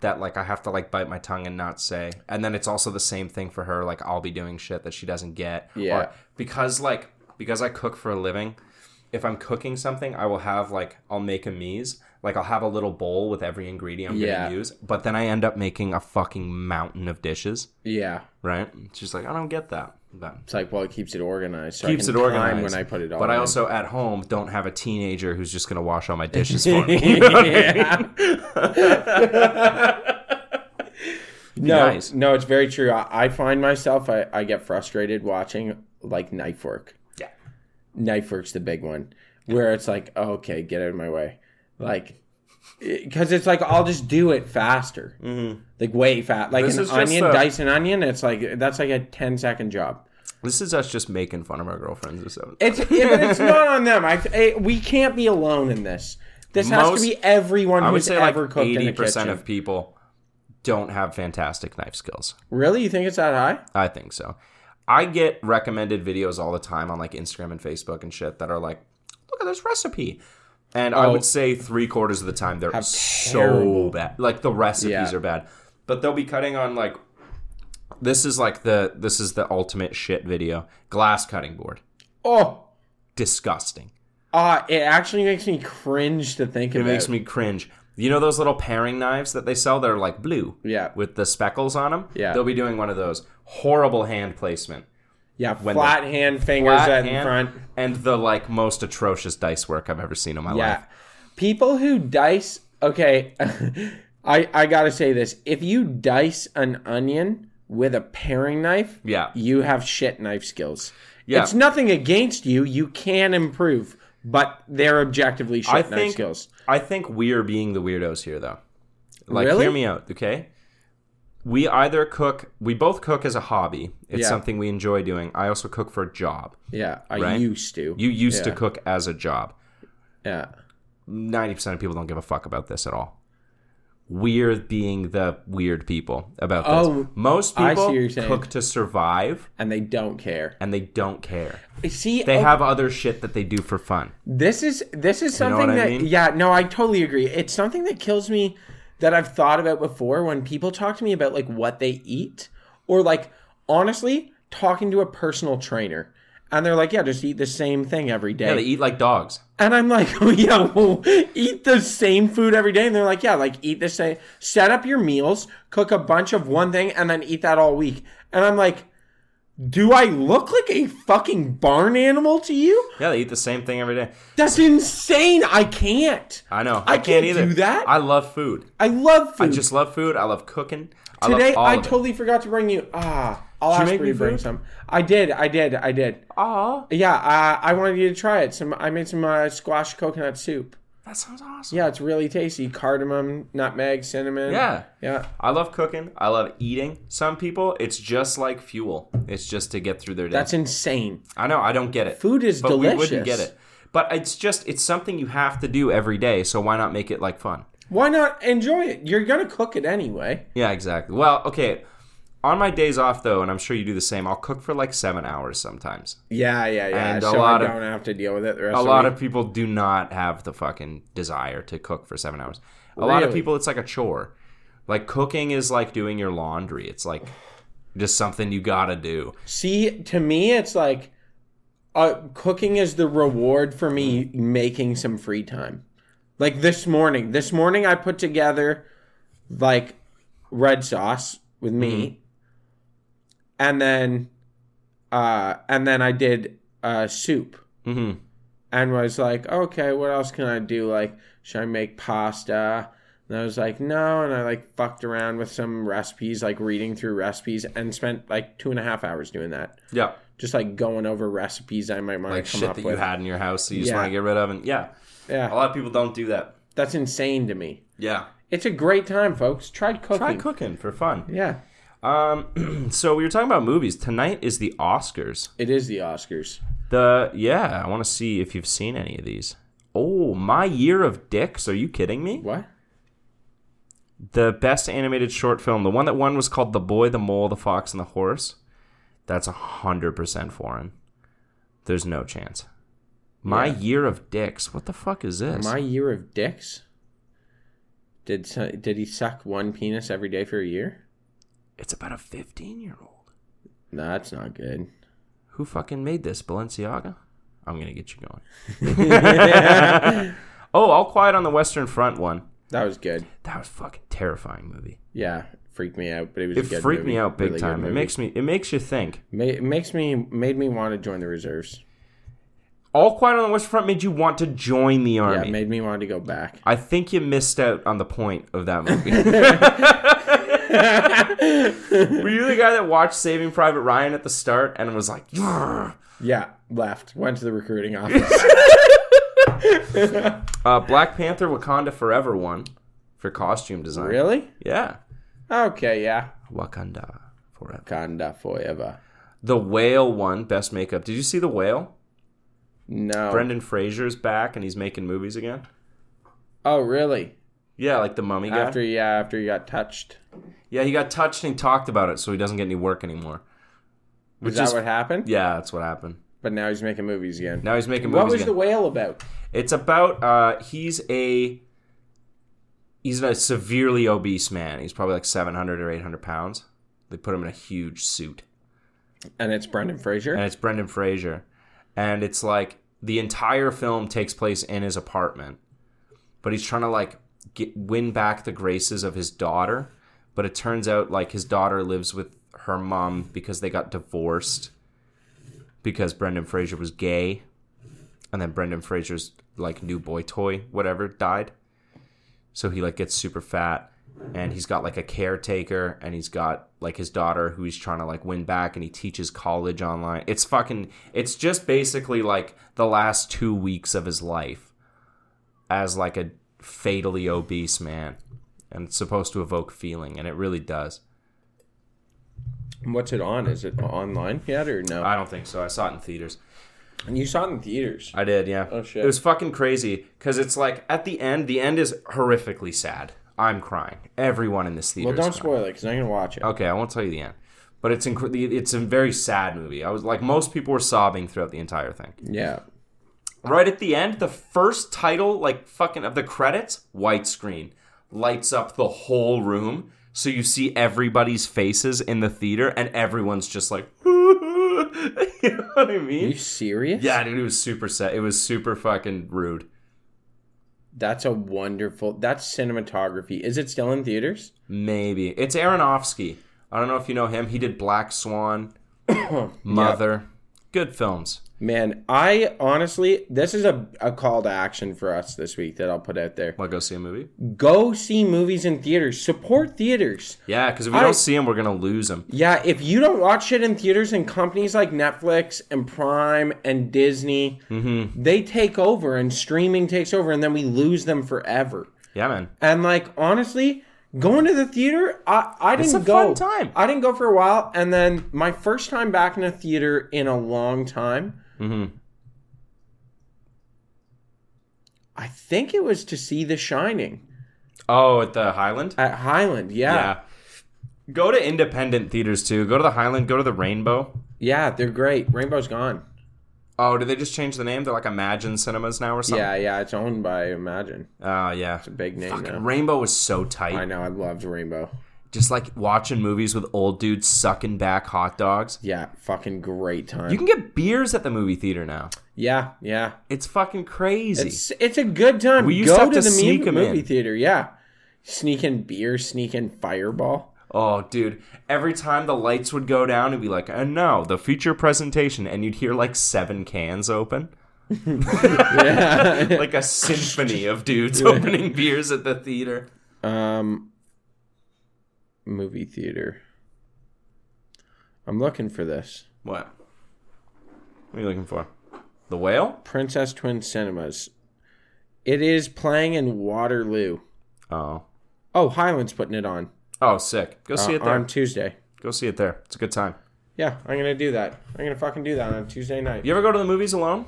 Speaker 1: That like I have to like bite my tongue and not say, and then it's also the same thing for her. Like I'll be doing shit that she doesn't get.
Speaker 2: Yeah.
Speaker 1: because like because I cook for a living, if I'm cooking something, I will have like I'll make a mise. Like I'll have a little bowl with every ingredient I'm
Speaker 2: Yeah.
Speaker 1: gonna use, but then I end up making a fucking mountain of dishes.
Speaker 2: Yeah.
Speaker 1: Right? She's like, I don't get that. But
Speaker 2: It's like, well, it keeps it organized. So
Speaker 1: keeps
Speaker 2: I
Speaker 1: it
Speaker 2: can time
Speaker 1: organized
Speaker 2: when I put it all.
Speaker 1: But I
Speaker 2: in.
Speaker 1: also at home don't have a teenager who's just gonna wash all my dishes for me. You know what I mean?
Speaker 2: no,
Speaker 1: nice.
Speaker 2: no, it's very true. I, I find myself, I, I get frustrated watching like knife work.
Speaker 1: Yeah.
Speaker 2: Knife work's the big one where it's like, okay, get out of my way. Like, because it's like I'll just do it faster, mm-hmm. like way fast. Like
Speaker 1: This
Speaker 2: an
Speaker 1: is just
Speaker 2: onion,
Speaker 1: a-
Speaker 2: dice an onion. It's like that's like a 10 second job.
Speaker 1: This is us just making fun of our girlfriends or something.
Speaker 2: It's yeah, but it's not on them. I, I- we can't be alone in this. This has
Speaker 1: Most-
Speaker 2: to be everyone
Speaker 1: I would
Speaker 2: who's
Speaker 1: say like
Speaker 2: ever cooked in
Speaker 1: eighty
Speaker 2: a kitchen.
Speaker 1: percent of people don't have fantastic knife skills.
Speaker 2: really, you think it's that high?
Speaker 1: I think so. I get recommended videos all the time on like Instagram and Facebook and shit that are like, look at this recipe. And I
Speaker 2: Oh.
Speaker 1: would say three quarters of the time they're so
Speaker 2: terrible.
Speaker 1: bad. Like the recipes
Speaker 2: Yeah.
Speaker 1: are bad. But they'll be cutting on like this is like the this is the ultimate shit video. Glass cutting board.
Speaker 2: Oh,
Speaker 1: Disgusting.
Speaker 2: Uh, it actually makes me cringe to think
Speaker 1: It
Speaker 2: of it.
Speaker 1: makes me cringe. You know those little paring knives that they sell that are like blue?
Speaker 2: Yeah.
Speaker 1: With the speckles on them?
Speaker 2: Yeah.
Speaker 1: They'll be doing one of those. Horrible hand placement.
Speaker 2: yeah,
Speaker 1: when
Speaker 2: flat hand fingers
Speaker 1: flat
Speaker 2: out in
Speaker 1: hand
Speaker 2: front.
Speaker 1: and the like most atrocious dice work I've ever seen in my
Speaker 2: Yeah,
Speaker 1: life.
Speaker 2: people who dice. Okay, I I gotta say this: if you dice an onion with a paring knife,
Speaker 1: Yeah.
Speaker 2: you have shit knife skills.
Speaker 1: Yeah.
Speaker 2: it's nothing against you. You can improve, but they're objectively shit
Speaker 1: I
Speaker 2: knife
Speaker 1: think
Speaker 2: skills.
Speaker 1: I think we are being the weirdos here though. Like
Speaker 2: Really?
Speaker 1: hear me out, okay? We either cook we both cook as a hobby. It's
Speaker 2: Yeah.
Speaker 1: something we enjoy doing. I also cook for a job.
Speaker 2: Yeah, I
Speaker 1: Right?
Speaker 2: used to.
Speaker 1: You used to
Speaker 2: Yeah.
Speaker 1: cook as a job.
Speaker 2: yeah,
Speaker 1: 90% of people don't give a fuck about this at all. We're being the weird people about this.
Speaker 2: Oh,
Speaker 1: Most
Speaker 2: I see
Speaker 1: people
Speaker 2: what you're saying.
Speaker 1: cook to survive
Speaker 2: and they don't care.
Speaker 1: and they don't care.
Speaker 2: See,
Speaker 1: They
Speaker 2: okay,
Speaker 1: have other shit that they do for fun.
Speaker 2: This is this is
Speaker 1: know
Speaker 2: something
Speaker 1: what I
Speaker 2: that
Speaker 1: mean?
Speaker 2: yeah no I totally agree. It's something that kills me that I've thought about before when people talk to me about like what they eat or like honestly talking to a personal trainer and they're like yeah just eat the same thing every day
Speaker 1: Yeah, they eat like dogs.
Speaker 2: and I'm like oh, yeah well, eat the same food every day and they're like yeah like eat the same set up your meals cook a bunch of one thing and then eat that all week and I'm like do I look like a fucking barn animal to you?
Speaker 1: Yeah, they eat the same thing every day.
Speaker 2: That's insane. I can't.
Speaker 1: I know.
Speaker 2: I
Speaker 1: I, can't,
Speaker 2: can't
Speaker 1: either.
Speaker 2: do that.
Speaker 1: I love food.
Speaker 2: I love food.
Speaker 1: I just love food. I love cooking. I love
Speaker 2: Today
Speaker 1: all
Speaker 2: I
Speaker 1: of it.
Speaker 2: totally forgot to bring you. Ah, I'll
Speaker 1: Did you
Speaker 2: ask
Speaker 1: make
Speaker 2: for
Speaker 1: me
Speaker 2: you to bring
Speaker 1: food?
Speaker 2: some. I did. I did. I did.
Speaker 1: Aw,
Speaker 2: Yeah, uh, I wanted you to try it. Some I made some uh, squash coconut soup.
Speaker 1: that sounds awesome.
Speaker 2: Yeah, it's really tasty. Cardamom, nutmeg, cinnamon.
Speaker 1: Yeah.
Speaker 2: Yeah.
Speaker 1: I love cooking. I love eating. Some people, it's just like fuel. It's just to get through their day.
Speaker 2: That's insane.
Speaker 1: I know. I don't get it.
Speaker 2: Food is
Speaker 1: but We
Speaker 2: delicious.
Speaker 1: wouldn't get it. But it's just it's something you have to do every day. So why not make it like fun?
Speaker 2: Why not enjoy it? You're gonna cook it anyway.
Speaker 1: Yeah, exactly. Well, okay. On my days off though, and I'm sure you do the same. I'll cook for like seven hours sometimes.
Speaker 2: Yeah, yeah, yeah.
Speaker 1: And a
Speaker 2: so
Speaker 1: lot
Speaker 2: I
Speaker 1: of-
Speaker 2: don't have to deal with it the rest
Speaker 1: a
Speaker 2: of
Speaker 1: lot
Speaker 2: the
Speaker 1: of people do not have the fucking desire to cook for seven hours. A lot of
Speaker 2: Really?
Speaker 1: people, it's like a chore. Like cooking is like doing your laundry. It's like just something you gotta do.
Speaker 2: See, to me, it's like uh, cooking is the reward for me making some free time. Like this morning, this morning I put together like red sauce with meat, and then uh, and then I did uh, soup
Speaker 1: hmm
Speaker 2: and was like, okay, what else can I do? Like, should I make pasta? And I was like, no. And I like fucked around with some recipes, like reading through recipes, and spent like two and a half hours doing that
Speaker 1: Yeah,
Speaker 2: just like going over recipes I might want
Speaker 1: like
Speaker 2: to come
Speaker 1: shit
Speaker 2: up
Speaker 1: that you
Speaker 2: with.
Speaker 1: had in your house that you just
Speaker 2: Yeah.
Speaker 1: want to get rid of, and yeah, a
Speaker 2: yeah,
Speaker 1: lot of people don't do that.
Speaker 2: that's insane to me.
Speaker 1: Yeah,
Speaker 2: It's a great time, folks. Try cooking.
Speaker 1: try cooking for fun.
Speaker 2: Yeah,
Speaker 1: Um, so we were talking about movies. Tonight is the Oscars.
Speaker 2: it is the Oscars.
Speaker 1: The yeah, I want to see if you've seen any of these. Oh, my year of dicks. Are you kidding me?
Speaker 2: What?
Speaker 1: the best animated short film, the one that won was called The Boy, the Mole, the Fox, and the Horse. That's 100% foreign. There's no chance. My Year of Dicks. What the fuck is this?
Speaker 2: My year of dicks. Did so- did he suck one penis every day for a year?
Speaker 1: it's about a 15 year old.
Speaker 2: No, that's not good.
Speaker 1: Who fucking made this? Balenciaga? I'm gonna get you going. oh, All Quiet on the Western Front one.
Speaker 2: That was good.
Speaker 1: That was a fucking terrifying movie.
Speaker 2: Yeah, it freaked me out, but it was. a
Speaker 1: It
Speaker 2: good
Speaker 1: freaked
Speaker 2: movie.
Speaker 1: me out big
Speaker 2: Really good
Speaker 1: time. It
Speaker 2: movie.
Speaker 1: makes me. It makes you think.
Speaker 2: Ma- it makes me made me want to join the reserves.
Speaker 1: All Quiet on the Western Front made you want to join the
Speaker 2: Yeah,
Speaker 1: army.
Speaker 2: it made me want to go back.
Speaker 1: I think you missed out on the point of that movie. Were you the guy that watched Saving Private Ryan at the start and was like, "Yarr."
Speaker 2: Yeah, left. Went to the recruiting office.
Speaker 1: uh, Black Panther Wakanda Forever won for costume design.
Speaker 2: really?
Speaker 1: Yeah.
Speaker 2: Okay, yeah.
Speaker 1: Wakanda Forever.
Speaker 2: Wakanda forever.
Speaker 1: The Whale won Best Makeup. Did you see The Whale?
Speaker 2: No.
Speaker 1: Brendan Fraser's back and he's making movies again.
Speaker 2: Oh, really?
Speaker 1: Yeah, like the mummy guy.
Speaker 2: After yeah, after you got touched.
Speaker 1: yeah, he got touched and he talked about it, so he doesn't get any work anymore.
Speaker 2: Is
Speaker 1: Which
Speaker 2: that
Speaker 1: is-
Speaker 2: what happened?
Speaker 1: Yeah, that's what happened.
Speaker 2: But now he's making movies again.
Speaker 1: Now he's making movies
Speaker 2: what was
Speaker 1: again.
Speaker 2: the whale about?
Speaker 1: It's about uh, he's a he's a severely obese man. He's probably like seven hundred or eight hundred pounds. They put him in a huge suit,
Speaker 2: And it's Brendan Fraser.
Speaker 1: and it's Brendan Fraser, and it's like the entire film takes place in his apartment, but he's trying to like get, win back the graces of his daughter. But it turns out like his daughter lives with her mom because they got divorced because Brendan Fraser was gay, and then Brendan Fraser's like new boy toy whatever died, so he like gets super fat, and he's got like a caretaker, and he's got like his daughter who he's trying to like win back, and he teaches college online. It's fucking. It's just basically like the last two weeks of his life as like a fatally obese man, and it's supposed to evoke feeling, and it really does.
Speaker 2: What's it on? Is it online yet or no?
Speaker 1: I don't think so. I saw it in theaters.
Speaker 2: and you saw it in theaters.
Speaker 1: I did, yeah.
Speaker 2: Oh, shit.
Speaker 1: It was fucking crazy because it's like at the end, the end is horrifically sad. I'm crying. Everyone in this theater. is
Speaker 2: well, don't
Speaker 1: crying.
Speaker 2: spoil it because I'm gonna watch it.
Speaker 1: Okay, I won't tell you the end, but it's incre- it's a very sad movie. I was like, most people were sobbing throughout the entire thing.
Speaker 2: Yeah.
Speaker 1: Right at the end, the first title, like fucking of the credits, white screen lights up the whole room, so you see everybody's faces in the theater, and everyone's just like, you know what I
Speaker 2: Are you
Speaker 1: mean?
Speaker 2: serious?
Speaker 1: Yeah, dude, it was super sad. It was super fucking rude.
Speaker 2: That's a wonderful. That's cinematography. Is it still in theaters?
Speaker 1: Maybe it's Aronofsky. I don't know if you know him. He did Black Swan, Mother, good films.
Speaker 2: Man, I honestly, this is a, a call to action for us this week that I'll put out there.
Speaker 1: Want to go see a movie?
Speaker 2: Go see movies in theaters. Support theaters.
Speaker 1: Yeah, because if we
Speaker 2: I-
Speaker 1: don't see him, we're gonna lose him.
Speaker 2: Yeah, if you don't watch shit in theaters and companies like Netflix and Prime and Disney, they take over and streaming takes over and then we lose them forever.
Speaker 1: Yeah, man.
Speaker 2: And like honestly, going to the theater, I I didn't
Speaker 1: a fun
Speaker 2: go.
Speaker 1: time.
Speaker 2: I didn't go for a while, and then my first time back in a theater in a long time.
Speaker 1: Mm-hmm.
Speaker 2: I think it was to see The Shining
Speaker 1: Oh, at the Highland.
Speaker 2: at Highland. Yeah,
Speaker 1: Yeah. Go to independent theaters too. Go to the Highland. Go to the Rainbow.
Speaker 2: yeah, they're great. Rainbow's gone.
Speaker 1: Oh, did they just change the name? They're like Imagine Cinemas now or something.
Speaker 2: Yeah, yeah, it's owned by Imagine.
Speaker 1: Yeah. Oh yeah.
Speaker 2: Big name.
Speaker 1: Fucking
Speaker 2: now.
Speaker 1: Rainbow was so tight.
Speaker 2: I know. I loved Rainbow.
Speaker 1: Just like watching movies with old dudes sucking back hot dogs.
Speaker 2: Yeah, fucking great time.
Speaker 1: You can get beers at the movie theater now.
Speaker 2: yeah, yeah.
Speaker 1: It's fucking crazy.
Speaker 2: It's it's a good time.
Speaker 1: We used
Speaker 2: Go
Speaker 1: to have to
Speaker 2: the mu-
Speaker 1: sneak 'em
Speaker 2: movie
Speaker 1: in.
Speaker 2: theater. Yeah, sneaking beer, sneaking Fireball.
Speaker 1: Oh, dude. Every time the lights would go down, it'd be like, and now the feature presentation. And you'd hear like seven cans open. like a symphony of dudes opening beers at the theater.
Speaker 2: Um, movie theater. I'm looking for this
Speaker 1: What? What are you looking for? The whale?
Speaker 2: Princess Twin Cinemas. It is playing in Waterloo.
Speaker 1: Oh.
Speaker 2: Oh, Highland's putting it on
Speaker 1: Oh, sick. Go see
Speaker 2: uh,
Speaker 1: it there.
Speaker 2: on Tuesday.
Speaker 1: Go see it there. It's a good time.
Speaker 2: Yeah, I'm gonna do that. I'm gonna fucking do that on Tuesday night.
Speaker 1: You ever go to the movies alone?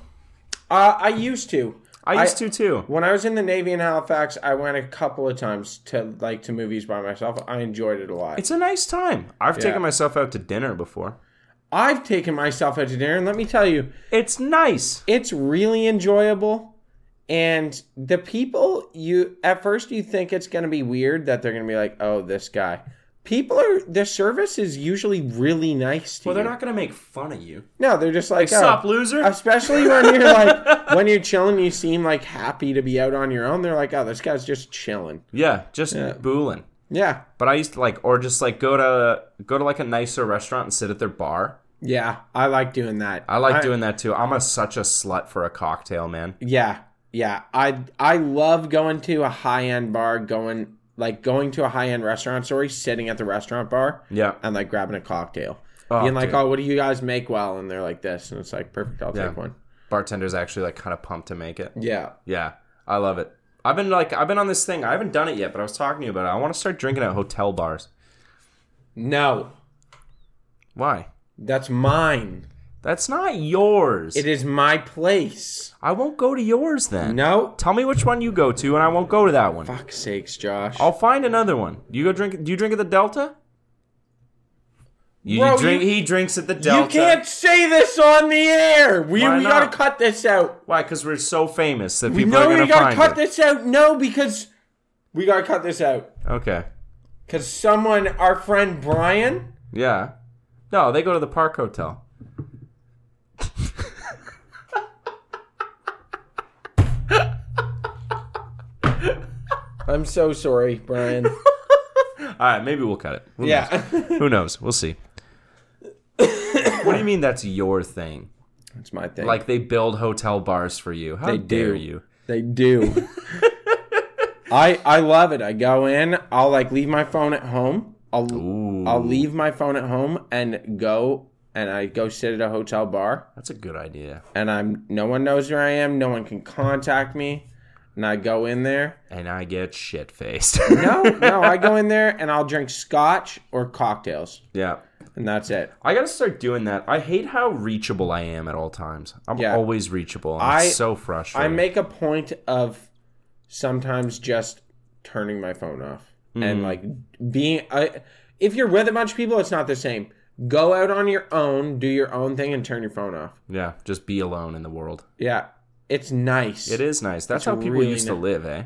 Speaker 2: Uh, I used to.
Speaker 1: I used to too.
Speaker 2: When I was in the Navy in Halifax, I went a couple of times to like to movies by myself. I enjoyed it a lot.
Speaker 1: It's a nice time. I've
Speaker 2: Yeah.
Speaker 1: taken myself out to dinner before.
Speaker 2: I've taken myself out to dinner, and let me tell you,
Speaker 1: It's nice.
Speaker 2: it's really enjoyable. And the people you at first you think it's gonna be weird that they're gonna be like, oh, this guy. people are their service is usually really nice to
Speaker 1: Well,
Speaker 2: you.
Speaker 1: they're not going to make fun of you.
Speaker 2: No, they're just like, oh,
Speaker 1: Like, "Sup, loser?"
Speaker 2: Especially when you're like, when you're chilling, you seem like happy to be out on your own. They're like, oh, this guy's just chilling.
Speaker 1: Yeah, just booling.
Speaker 2: Yeah,
Speaker 1: But I used to like, or just like go to go to like a nicer restaurant and sit at their bar.
Speaker 2: yeah, I like doing that.
Speaker 1: I like doing that too. I'm a such a slut for a cocktail, man.
Speaker 2: Yeah, yeah. I I love going to a high end bar, going like going to a high end restaurant. Sorry, sitting at the restaurant bar.
Speaker 1: Yeah.
Speaker 2: and like grabbing a cocktail.
Speaker 1: Oh,
Speaker 2: Being like,
Speaker 1: dude.
Speaker 2: oh, what do you guys make well? And they're like this, and it's like perfect. I'll
Speaker 1: Yeah.
Speaker 2: take one.
Speaker 1: Bartender's actually like kind of pumped to make it.
Speaker 2: Yeah,
Speaker 1: Yeah, I love it. I've been like, I've been on this thing. I haven't done it yet, but I was talking to you about it. I want to start drinking at hotel bars.
Speaker 2: no,
Speaker 1: Why?
Speaker 2: that's mine.
Speaker 1: That's not yours.
Speaker 2: It is my place.
Speaker 1: I won't go to yours then.
Speaker 2: No,
Speaker 1: Tell me which one you go to, and I won't go to that one.
Speaker 2: fuck sakes, Josh.
Speaker 1: I'll find another one. You go drink. Do you drink at the Delta? You,
Speaker 2: Bro,
Speaker 1: drink.
Speaker 2: you-
Speaker 1: he drinks at the Delta.
Speaker 2: You can't say this on the air. We,
Speaker 1: Why
Speaker 2: we
Speaker 1: not?
Speaker 2: gotta cut this out.
Speaker 1: Why? Because we're so famous that
Speaker 2: We
Speaker 1: people
Speaker 2: no,
Speaker 1: are gonna
Speaker 2: we gotta
Speaker 1: find
Speaker 2: cut
Speaker 1: it.
Speaker 2: this out. No, because we gotta cut this out.
Speaker 1: Okay.
Speaker 2: Because someone, our friend Brian,
Speaker 1: Yeah. No, they go to the Park Hotel.
Speaker 2: I'm so sorry, Brian.
Speaker 1: All right, maybe we'll cut it. Who
Speaker 2: yeah.
Speaker 1: knows? Who knows? We'll see. what do you mean that's your thing?
Speaker 2: That's my thing.
Speaker 1: Like they build hotel bars for you? How
Speaker 2: They
Speaker 1: dare
Speaker 2: do.
Speaker 1: you?
Speaker 2: they do. I I love it. I go in, I'll like leave my phone at home. I'll I'll leave my phone at home and go and I go sit at a hotel bar
Speaker 1: That's a good idea.
Speaker 2: and I'm no one knows where I am, no one can contact me. And I go in there.
Speaker 1: And I get shit faced.
Speaker 2: No, no, I go in there and I'll drink scotch or cocktails.
Speaker 1: yeah.
Speaker 2: And that's it.
Speaker 1: I gotta start doing that. I hate how reachable I am at all times. I'm
Speaker 2: Yeah.
Speaker 1: always reachable. And
Speaker 2: I-
Speaker 1: it's so
Speaker 2: I
Speaker 1: frustrating.
Speaker 2: make a point of sometimes just turning my phone off
Speaker 1: Mm.
Speaker 2: and like being. I, if you're with a bunch of people, it's not the same. Go out on your own, do your own thing, and turn your phone off.
Speaker 1: yeah, just be alone in the world.
Speaker 2: Yeah, it's nice.
Speaker 1: It is nice. That's how people
Speaker 2: really
Speaker 1: used to
Speaker 2: nice.
Speaker 1: live, eh?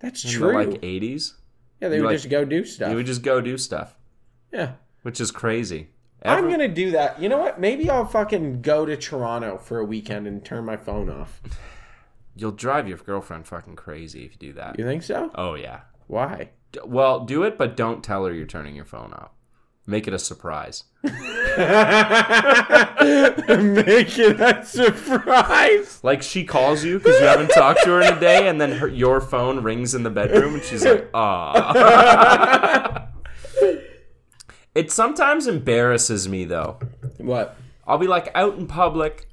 Speaker 2: That's
Speaker 1: In the,
Speaker 2: true.
Speaker 1: like 80s.
Speaker 2: yeah, they
Speaker 1: you
Speaker 2: would
Speaker 1: like-
Speaker 2: just go do stuff.
Speaker 1: You would just go do stuff,
Speaker 2: yeah,
Speaker 1: which is crazy.
Speaker 2: I'm
Speaker 1: Every-
Speaker 2: gonna do that. You know what? Maybe I'll fucking go to Toronto for a weekend and turn my phone off.
Speaker 1: You'll drive your girlfriend fucking crazy if you do that.
Speaker 2: You think so?
Speaker 1: Oh, yeah.
Speaker 2: Why?
Speaker 1: D- Well, do it, but don't tell her you're turning your phone off. Make it a surprise.
Speaker 2: Make it a surprise.
Speaker 1: Like she calls you because you haven't talked to her in a day, and then her, your phone rings in the bedroom, and she's like, "Ah." it sometimes embarrasses me though.
Speaker 2: What?
Speaker 1: I'll be like out in public,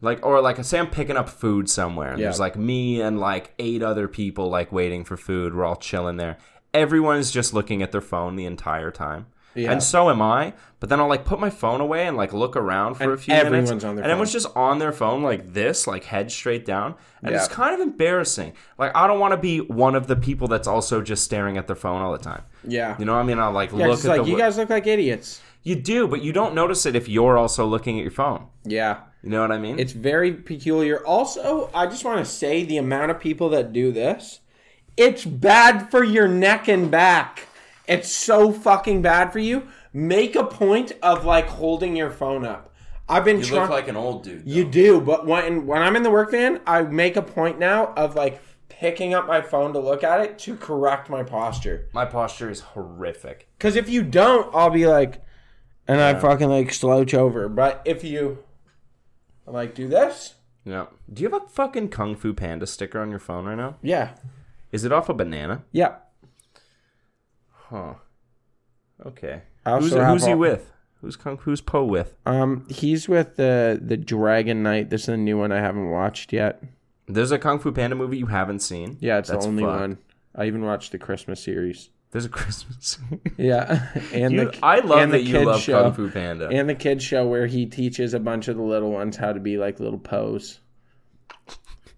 Speaker 1: like or like say I'm picking up food somewhere, and
Speaker 2: Yeah.
Speaker 1: there's like me and like eight other people like waiting for food. We're all chilling there. Everyone's just looking at their phone the entire time.
Speaker 2: Yeah.
Speaker 1: And so am I, but then I'll like put my phone away and like look around for
Speaker 2: And
Speaker 1: a few
Speaker 2: everyone's
Speaker 1: minutes,
Speaker 2: on their
Speaker 1: and everyone's
Speaker 2: phone.
Speaker 1: just on their phone like this, like head straight down, and it's
Speaker 2: Yeah.
Speaker 1: kind of embarrassing. Like I don't want to be one of the people that's also just staring at their phone all the time.
Speaker 2: Yeah.
Speaker 1: You know, what I mean, I like
Speaker 2: Yeah,
Speaker 1: look
Speaker 2: it's
Speaker 1: at
Speaker 2: like
Speaker 1: the.
Speaker 2: you guys look like idiots.
Speaker 1: you do, but you don't notice it if you're also looking at your phone.
Speaker 2: Yeah,
Speaker 1: You know what I mean?
Speaker 2: it's very peculiar. Also, I just want to say the amount of people that do this, it's bad for your neck and back. It's so fucking bad for you. Make a point of like holding your phone up. I've been trying.
Speaker 1: an old dude.
Speaker 2: you do, but when when I'm in the work van, I make a point now of like picking up my phone to look at it to correct my posture.
Speaker 1: My posture is horrific.
Speaker 2: Because if you don't, I'll be like, and I fucking like slouch over. But if you, I'm like, do this.
Speaker 1: Yeah. Do you have a fucking Kung Fu Panda sticker on your phone right now?
Speaker 2: Yeah.
Speaker 1: Is it off a banana?
Speaker 2: Yeah.
Speaker 1: Huh. Okay.
Speaker 2: I also
Speaker 1: Who's,
Speaker 2: have
Speaker 1: who's he
Speaker 2: all-
Speaker 1: with? Who's Kung Who's Po with?
Speaker 2: Um, he's with the the Dragon Knight. This is a new one I haven't watched yet.
Speaker 1: There's a Kung Fu Panda movie you haven't seen.
Speaker 2: Yeah, it's
Speaker 1: That's
Speaker 2: the only
Speaker 1: fucked.
Speaker 2: one. I even watched the Christmas series.
Speaker 1: There's a Christmas.
Speaker 2: Yeah, and
Speaker 1: You-
Speaker 2: the
Speaker 1: I love
Speaker 2: and the
Speaker 1: that you
Speaker 2: kid
Speaker 1: love
Speaker 2: show.
Speaker 1: Kung Fu Panda.
Speaker 2: and the kid show where he teaches a bunch of the little ones how to be like little pose.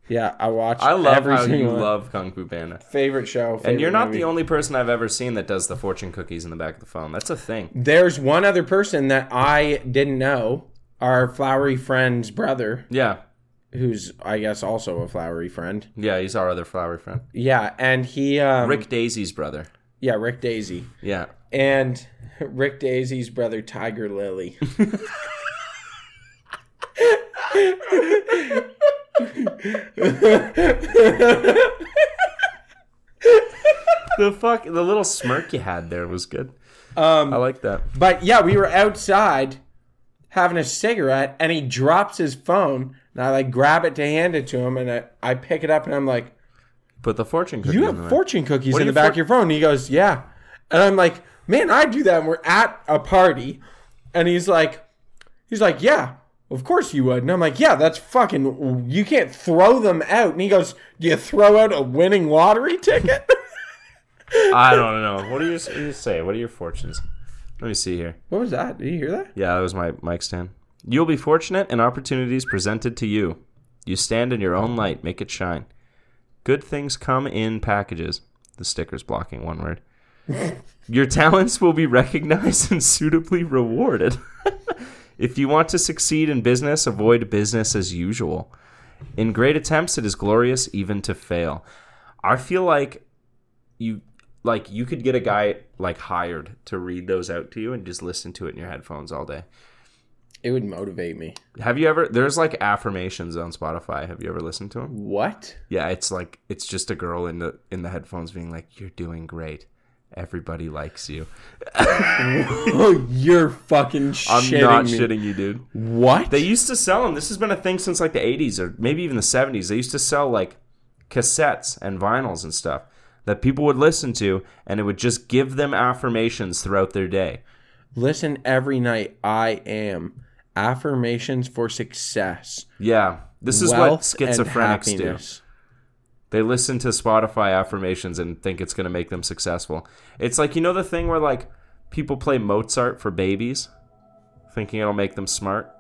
Speaker 2: Yeah, I watched.
Speaker 1: I love
Speaker 2: every
Speaker 1: how you
Speaker 2: single one.
Speaker 1: love Kung Fu Panda.
Speaker 2: favorite show.
Speaker 1: And you're
Speaker 2: favorite
Speaker 1: not
Speaker 2: movie.
Speaker 1: the only person I've ever seen that does the fortune cookies in the back of the phone. That's a thing.
Speaker 2: There's one other person that I didn't know, our flowery friend's brother,
Speaker 1: Yeah.
Speaker 2: who's I guess also a flowery friend.
Speaker 1: Yeah, he's our other flower friend.
Speaker 2: Yeah, and he um
Speaker 1: Rick Daisy's brother.
Speaker 2: Yeah, Rick Daisy.
Speaker 1: Yeah.
Speaker 2: And Rick Daisy's brother Tiger Lily.
Speaker 1: The fuck, the little smirk you had there was good. I
Speaker 2: Um
Speaker 1: like that.
Speaker 2: but yeah, we were outside having a cigarette and he drops his phone and I like grab it to hand it to him and I, I pick it up and I'm like,
Speaker 1: Put the fortune cookie.
Speaker 2: you
Speaker 1: in
Speaker 2: have
Speaker 1: there.
Speaker 2: fortune cookies
Speaker 1: What
Speaker 2: in
Speaker 1: are
Speaker 2: the
Speaker 1: your
Speaker 2: back
Speaker 1: for-
Speaker 2: of your phone. And he goes, yeah. And I'm like, man, I do that. And we're at a party. And he's like, he's like, yeah, of course you would. And I'm like, yeah, that's fucking, you can't throw them out. And he goes, do you throw out a winning lottery ticket?
Speaker 1: I don't know. What do you, what do you say? What are your fortunes? Let me see here.
Speaker 2: what was that? Did you hear that?
Speaker 1: Yeah, that was my mic stand. You'll be fortunate in opportunities presented to you. You stand in your own light, make it shine. Good things come in packages. The sticker's blocking one word. your talents will be recognized and suitably rewarded. if you want to succeed in business, avoid business as usual. In great attempts, it is glorious even to fail. I feel like you like you could get a guy like hired to read those out to you and just listen to it in your headphones all day.
Speaker 2: It would motivate me.
Speaker 1: Have you ever? There's like affirmations on Spotify. Have you ever listened to them?
Speaker 2: What?
Speaker 1: Yeah, it's like it's just a girl in the in the headphones being like, "You're doing great. Everybody likes you."
Speaker 2: Oh, you're fucking
Speaker 1: I'm
Speaker 2: shitting
Speaker 1: not
Speaker 2: me.
Speaker 1: shitting you, dude.
Speaker 2: What?
Speaker 1: They used to sell them. This has been a thing since like the 80s or maybe even the 70s. They used to sell like cassettes and vinyls and stuff that people would listen to, and it would just give them affirmations throughout their day.
Speaker 2: Listen every night. I am affirmations for success.
Speaker 1: Yeah, this is what
Speaker 2: Wealth and
Speaker 1: schizophrenics do.
Speaker 2: happiness.
Speaker 1: They listen to Spotify affirmations and think it's going to make them successful. It's like, you know, the thing where like people play Mozart for babies, thinking it'll make them smart.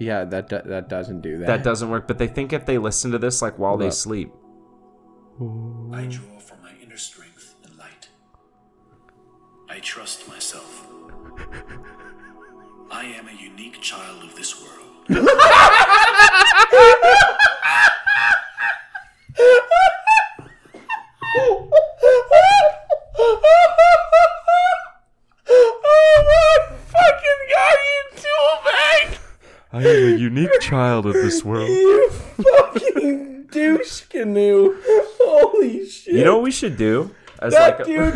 Speaker 2: Yeah, that do- that doesn't do that.
Speaker 1: That doesn't work, but they think if they listen to this like while they
Speaker 2: Eh. Look.
Speaker 1: sleep.
Speaker 6: I draw from my inner strength and light. I trust myself. I am a unique child of this world.
Speaker 2: oh my fucking god, you tool bag!
Speaker 1: I am a unique child of this world.
Speaker 2: You fucking douche canoe! Holy shit!
Speaker 1: You know what we should do? As
Speaker 2: that
Speaker 1: like a-
Speaker 2: dude.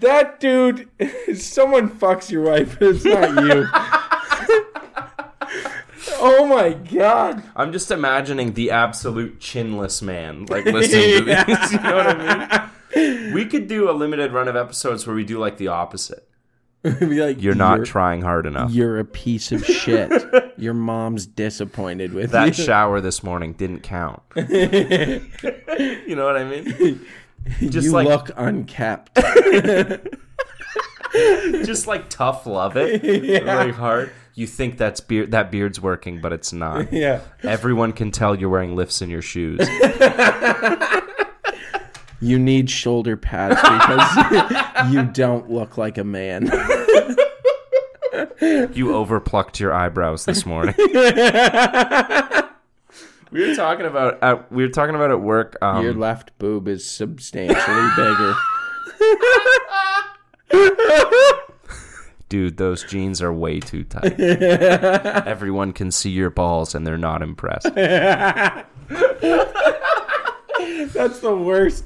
Speaker 2: that dude. Someone fucks your wife. It's not you. oh my god!
Speaker 1: I'm just imagining the absolute chinless man, like listening to these. You know what I mean? We could do a limited run of episodes where we do like the opposite.
Speaker 2: Be like,
Speaker 1: You're not trying hard enough.
Speaker 2: You're a piece of shit. Your mom's disappointed with
Speaker 1: that
Speaker 2: you.
Speaker 1: shower this morning didn't count. you know what I mean? Just
Speaker 2: you
Speaker 1: like
Speaker 2: look unkept.
Speaker 1: just like tough love it really hard. You think that's beard that beard's working, but it's not.
Speaker 2: yeah.
Speaker 1: Everyone can tell you're wearing lifts in your shoes.
Speaker 2: You need shoulder pads because you don't look like a man.
Speaker 1: you overplucked your eyebrows this morning. we were talking about at, we were talking about at work. Um,
Speaker 2: Your left boob is substantially bigger.
Speaker 1: dude, those jeans are way too tight. Everyone can see your balls and they're not impressed.
Speaker 2: That's the worst.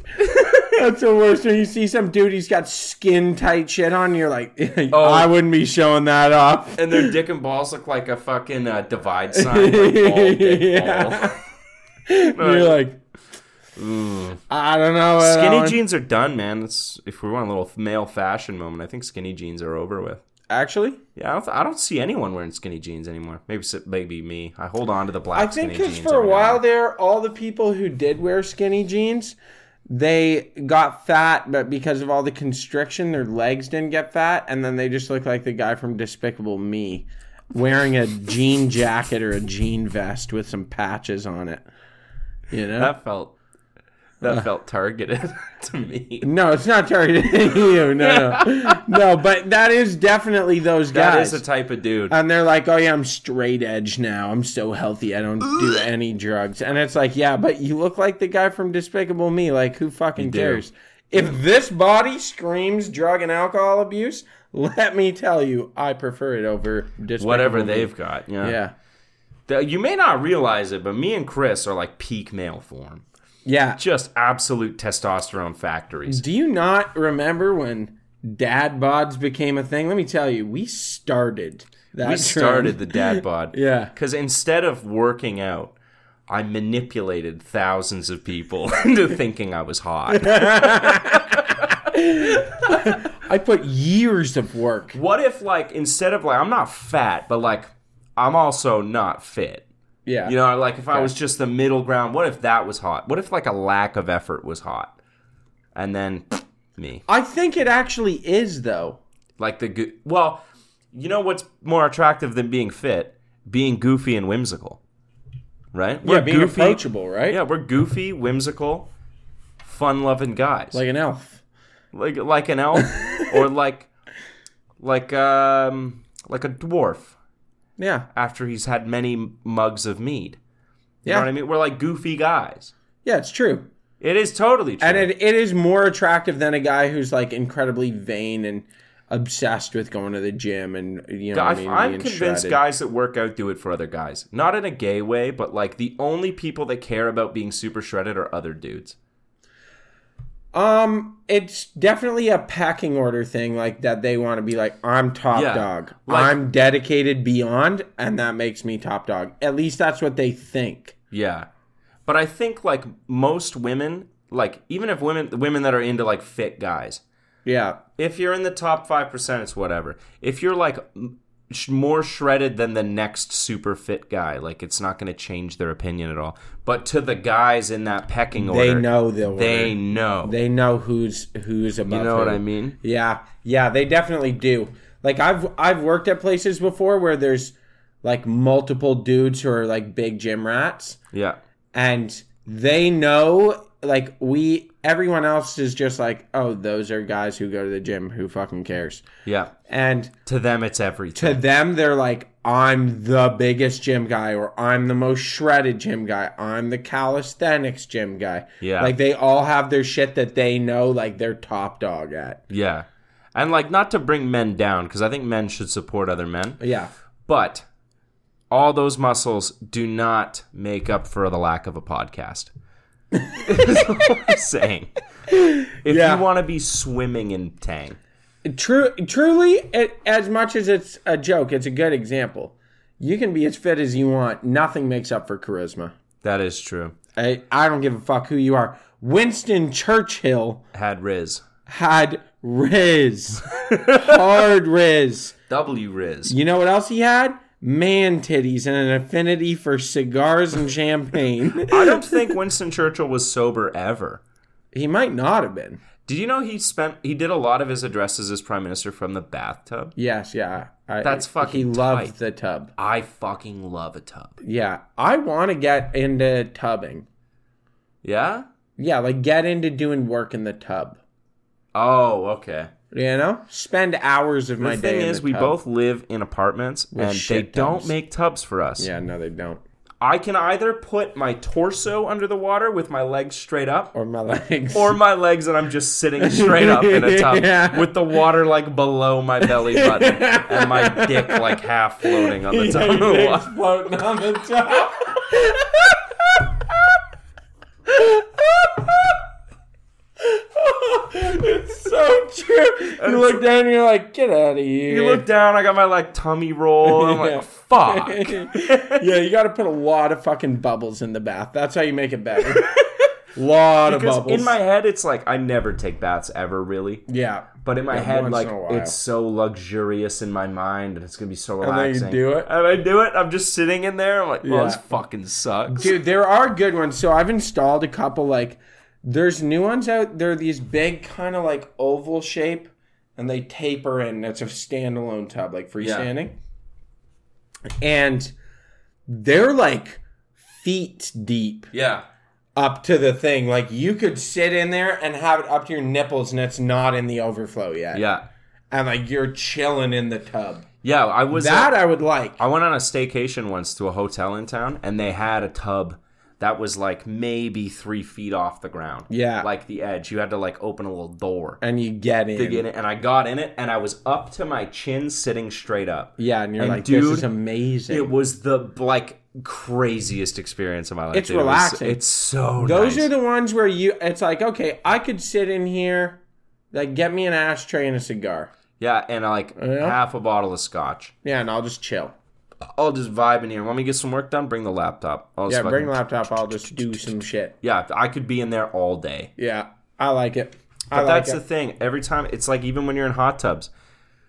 Speaker 2: That's the worst. When you see some dude, he's got skin tight shit on, you're like, I wouldn't be showing that off.
Speaker 1: and their dick and balls look like a fucking uh, divide sign. Like ball, dick,
Speaker 2: Yeah.
Speaker 1: ball. No,
Speaker 2: You're like, I don't know. about that
Speaker 1: skinny
Speaker 2: one."
Speaker 1: jeans are done, man. That's if we want a little male fashion moment. I think skinny jeans are over with.
Speaker 2: Actually,
Speaker 1: Yeah, I don't, I don't see anyone wearing skinny jeans anymore. Maybe s- maybe me. I hold on to the black.
Speaker 2: I think
Speaker 1: skinny
Speaker 2: because
Speaker 1: jeans
Speaker 2: for a
Speaker 1: every now
Speaker 2: while
Speaker 1: and then.
Speaker 2: there, all the people who did wear skinny jeans, they got fat, but because of all the constriction, their legs didn't get fat, and then they just look like the guy from Despicable Me, wearing a jean jacket or a jean vest with some patches on it. You know.
Speaker 1: that felt that felt targeted to me.
Speaker 2: no, it's not targeted at you. No, no, no. But that is definitely those
Speaker 1: That
Speaker 2: guys.
Speaker 1: is the type of dude.
Speaker 2: and they're like, "Oh yeah, I'm straight edge now. I'm so healthy. I don't do any drugs." And it's like, "Yeah, but you look like the guy from Despicable Me. Like, who fucking
Speaker 1: do.
Speaker 2: cares? If this body screams drug and alcohol abuse, let me tell you, I prefer it over Despicable
Speaker 1: Whatever
Speaker 2: Me.
Speaker 1: they've got. Yeah.
Speaker 2: Yeah.
Speaker 1: The- you may not realize it, but me and Chris are like peak male form.
Speaker 2: Yeah.
Speaker 1: Just absolute testosterone factories.
Speaker 2: Do you not remember when dad bods became a thing? Let me tell you, we started that.
Speaker 1: we
Speaker 2: trend.
Speaker 1: started the dad bod.
Speaker 2: Yeah.
Speaker 1: Because instead of working out, I manipulated thousands of people into thinking I was hot.
Speaker 2: I put years of work.
Speaker 1: What if, like, instead of like, I'm not fat, but like, I'm also not fit?
Speaker 2: Yeah.
Speaker 1: You know, like if I was just the middle ground, what if that was hot? What if like a lack of effort was hot? And then me.
Speaker 2: I think it actually is though.
Speaker 1: Like the goo well, you know what's more attractive than being fit? Being goofy and whimsical. Right?
Speaker 2: yeah, being approachable, right?
Speaker 1: Yeah, we're goofy, whimsical, fun-loving guys.
Speaker 2: Like an elf.
Speaker 1: like like an elf or like like um like a dwarf
Speaker 2: Yeah.
Speaker 1: after he's had many mugs of mead. You
Speaker 2: Yeah.
Speaker 1: know what I mean? We're like goofy guys.
Speaker 2: Yeah, it's true.
Speaker 1: It is totally true.
Speaker 2: And it, it is more attractive than a guy who's like incredibly vain and obsessed with going to the gym and you know what
Speaker 1: I,
Speaker 2: I mean,
Speaker 1: I'm
Speaker 2: being
Speaker 1: convinced
Speaker 2: shredded.
Speaker 1: guys that work out do it for other guys. Not in a gay way, but like the only people that care about being super shredded are other dudes.
Speaker 2: Um, it's definitely a packing order thing, like that they want to be like, I'm top
Speaker 1: Yeah,
Speaker 2: dog.
Speaker 1: like-
Speaker 2: I'm dedicated beyond, and that makes me top dog. At least that's what they think.
Speaker 1: Yeah. But I think like most women, like even if women women that are into like fit guys,
Speaker 2: Yeah.
Speaker 1: if you're in the top 5%, it's whatever. If you're like m- sh- more shredded than the next super fit guy, like it's not going to change their opinion at all. But to the guys in that pecking order,
Speaker 2: They know the order.
Speaker 1: They know.
Speaker 2: They know who's who's above.
Speaker 1: you know what
Speaker 2: who.
Speaker 1: I mean?
Speaker 2: Yeah, yeah, they definitely do. Like I've I've worked at places before where there's like multiple dudes who are like big gym rats,
Speaker 1: Yeah.
Speaker 2: and they know like we everyone else is just like, oh, those are guys who go to the gym. Who fucking cares?
Speaker 1: Yeah.
Speaker 2: And
Speaker 1: To them, it's everything.
Speaker 2: to them, they're like, I'm the biggest gym guy, or I'm the most shredded gym guy, I'm the calisthenics gym guy.
Speaker 1: Yeah.
Speaker 2: like they all have their shit that they know, like they're top dog at.
Speaker 1: Yeah. And like not to bring men down because I think men should support other men,
Speaker 2: Yeah.
Speaker 1: but all those muscles do not make up for the lack of a podcast. That's what I'm saying. If
Speaker 2: Yeah.
Speaker 1: you want to be swimming in tang,
Speaker 2: True, truly, it, as much as it's a joke, it's a good example. You can be as fit as you want. Nothing makes up for charisma.
Speaker 1: that is true.
Speaker 2: I, I don't give a fuck who you are. Winston Churchill
Speaker 1: Had Riz.
Speaker 2: had Riz, hard Riz.
Speaker 1: W Riz.
Speaker 2: You know what else he had? Man titties and an affinity for cigars and champagne.
Speaker 1: I don't think Winston Churchill was sober ever.
Speaker 2: he might not have been.
Speaker 1: Did you know he spent he did a lot of his addresses as prime minister from the bathtub?
Speaker 2: Yes, yeah. I,
Speaker 1: That's fucking
Speaker 2: He loved
Speaker 1: tight.
Speaker 2: the tub.
Speaker 1: I fucking love a tub.
Speaker 2: Yeah, I want to get into tubbing.
Speaker 1: Yeah?
Speaker 2: Yeah, like get into doing work in the tub.
Speaker 1: Oh, okay.
Speaker 2: You know, spend hours of my
Speaker 1: the thing
Speaker 2: day. in
Speaker 1: is,
Speaker 2: the
Speaker 1: we
Speaker 2: tub.
Speaker 1: both live in apartments, and they
Speaker 2: shit
Speaker 1: don't
Speaker 2: tubs.
Speaker 1: make tubs for us.
Speaker 2: Yeah, no, they don't.
Speaker 1: I can either put my torso under the water with my legs straight up,
Speaker 2: Or my legs.
Speaker 1: or my legs and I'm just sitting straight up in a tub
Speaker 2: Yeah.
Speaker 1: with the water like below my belly button and my dick like half floating on the top of the water.
Speaker 2: floating on the top. it's so true. You look down and you're like, get out of here.
Speaker 1: You look down, I got my like tummy roll. and I'm like, fuck.
Speaker 2: yeah, you got to put a lot of fucking bubbles in the bath. That's how you make it better. lot of
Speaker 1: Because
Speaker 2: bubbles.
Speaker 1: in my head, it's like I never take baths ever, really.
Speaker 2: yeah,
Speaker 1: But in my
Speaker 2: Yeah,
Speaker 1: head,
Speaker 2: once
Speaker 1: like
Speaker 2: in a while.
Speaker 1: it's so luxurious in my mind, and it's gonna be so
Speaker 2: then you
Speaker 1: relaxing.
Speaker 2: do it?
Speaker 1: and I do it. I'm just sitting in there. I'm like, well,
Speaker 2: Yeah.
Speaker 1: this fucking sucks.
Speaker 2: Dude, there are good ones. So I've installed a couple. Like, there's new ones out. They're these big, kind of like oval shape, and they taper in. It's a standalone tub, like freestanding. And they're like feet deep
Speaker 1: Yeah,
Speaker 2: up to the thing. Like you could sit in there and have it up to your nipples, and it's not in the overflow yet.
Speaker 1: yeah,
Speaker 2: and like you're chilling in the tub.
Speaker 1: yeah. I was
Speaker 2: That I would like.
Speaker 1: I went on a staycation once to a hotel in town, and they had a tub that was like maybe three feet off the ground.
Speaker 2: Yeah.
Speaker 1: Like the edge. You had to like open a little door
Speaker 2: and you get in.
Speaker 1: to get in. And I got in it and I was up to my chin sitting straight up.
Speaker 2: Yeah, and you're
Speaker 1: And
Speaker 2: like,
Speaker 1: dude,
Speaker 2: this is amazing.
Speaker 1: It was the like craziest experience of my life.
Speaker 2: It's
Speaker 1: dude. It was-
Speaker 2: relaxing.
Speaker 1: it's so
Speaker 2: Those
Speaker 1: nice.
Speaker 2: are the ones where you. It's like, okay, I could sit in here, like, get me an ashtray and a cigar.
Speaker 1: Yeah, and uh, like
Speaker 2: Yeah.
Speaker 1: half a bottle of scotch.
Speaker 2: Yeah, and I'll just chill.
Speaker 1: I'll just vibe in here. Want me to get some work done? Bring the laptop. I'll just
Speaker 2: Yeah,
Speaker 1: fucking-
Speaker 2: bring laptop. I'll just do some shit.
Speaker 1: Yeah, I could be in there all day.
Speaker 2: Yeah, I like it. I
Speaker 1: But
Speaker 2: like
Speaker 1: that's
Speaker 2: it.
Speaker 1: the thing. Every time, it's like even when you're in hot tubs,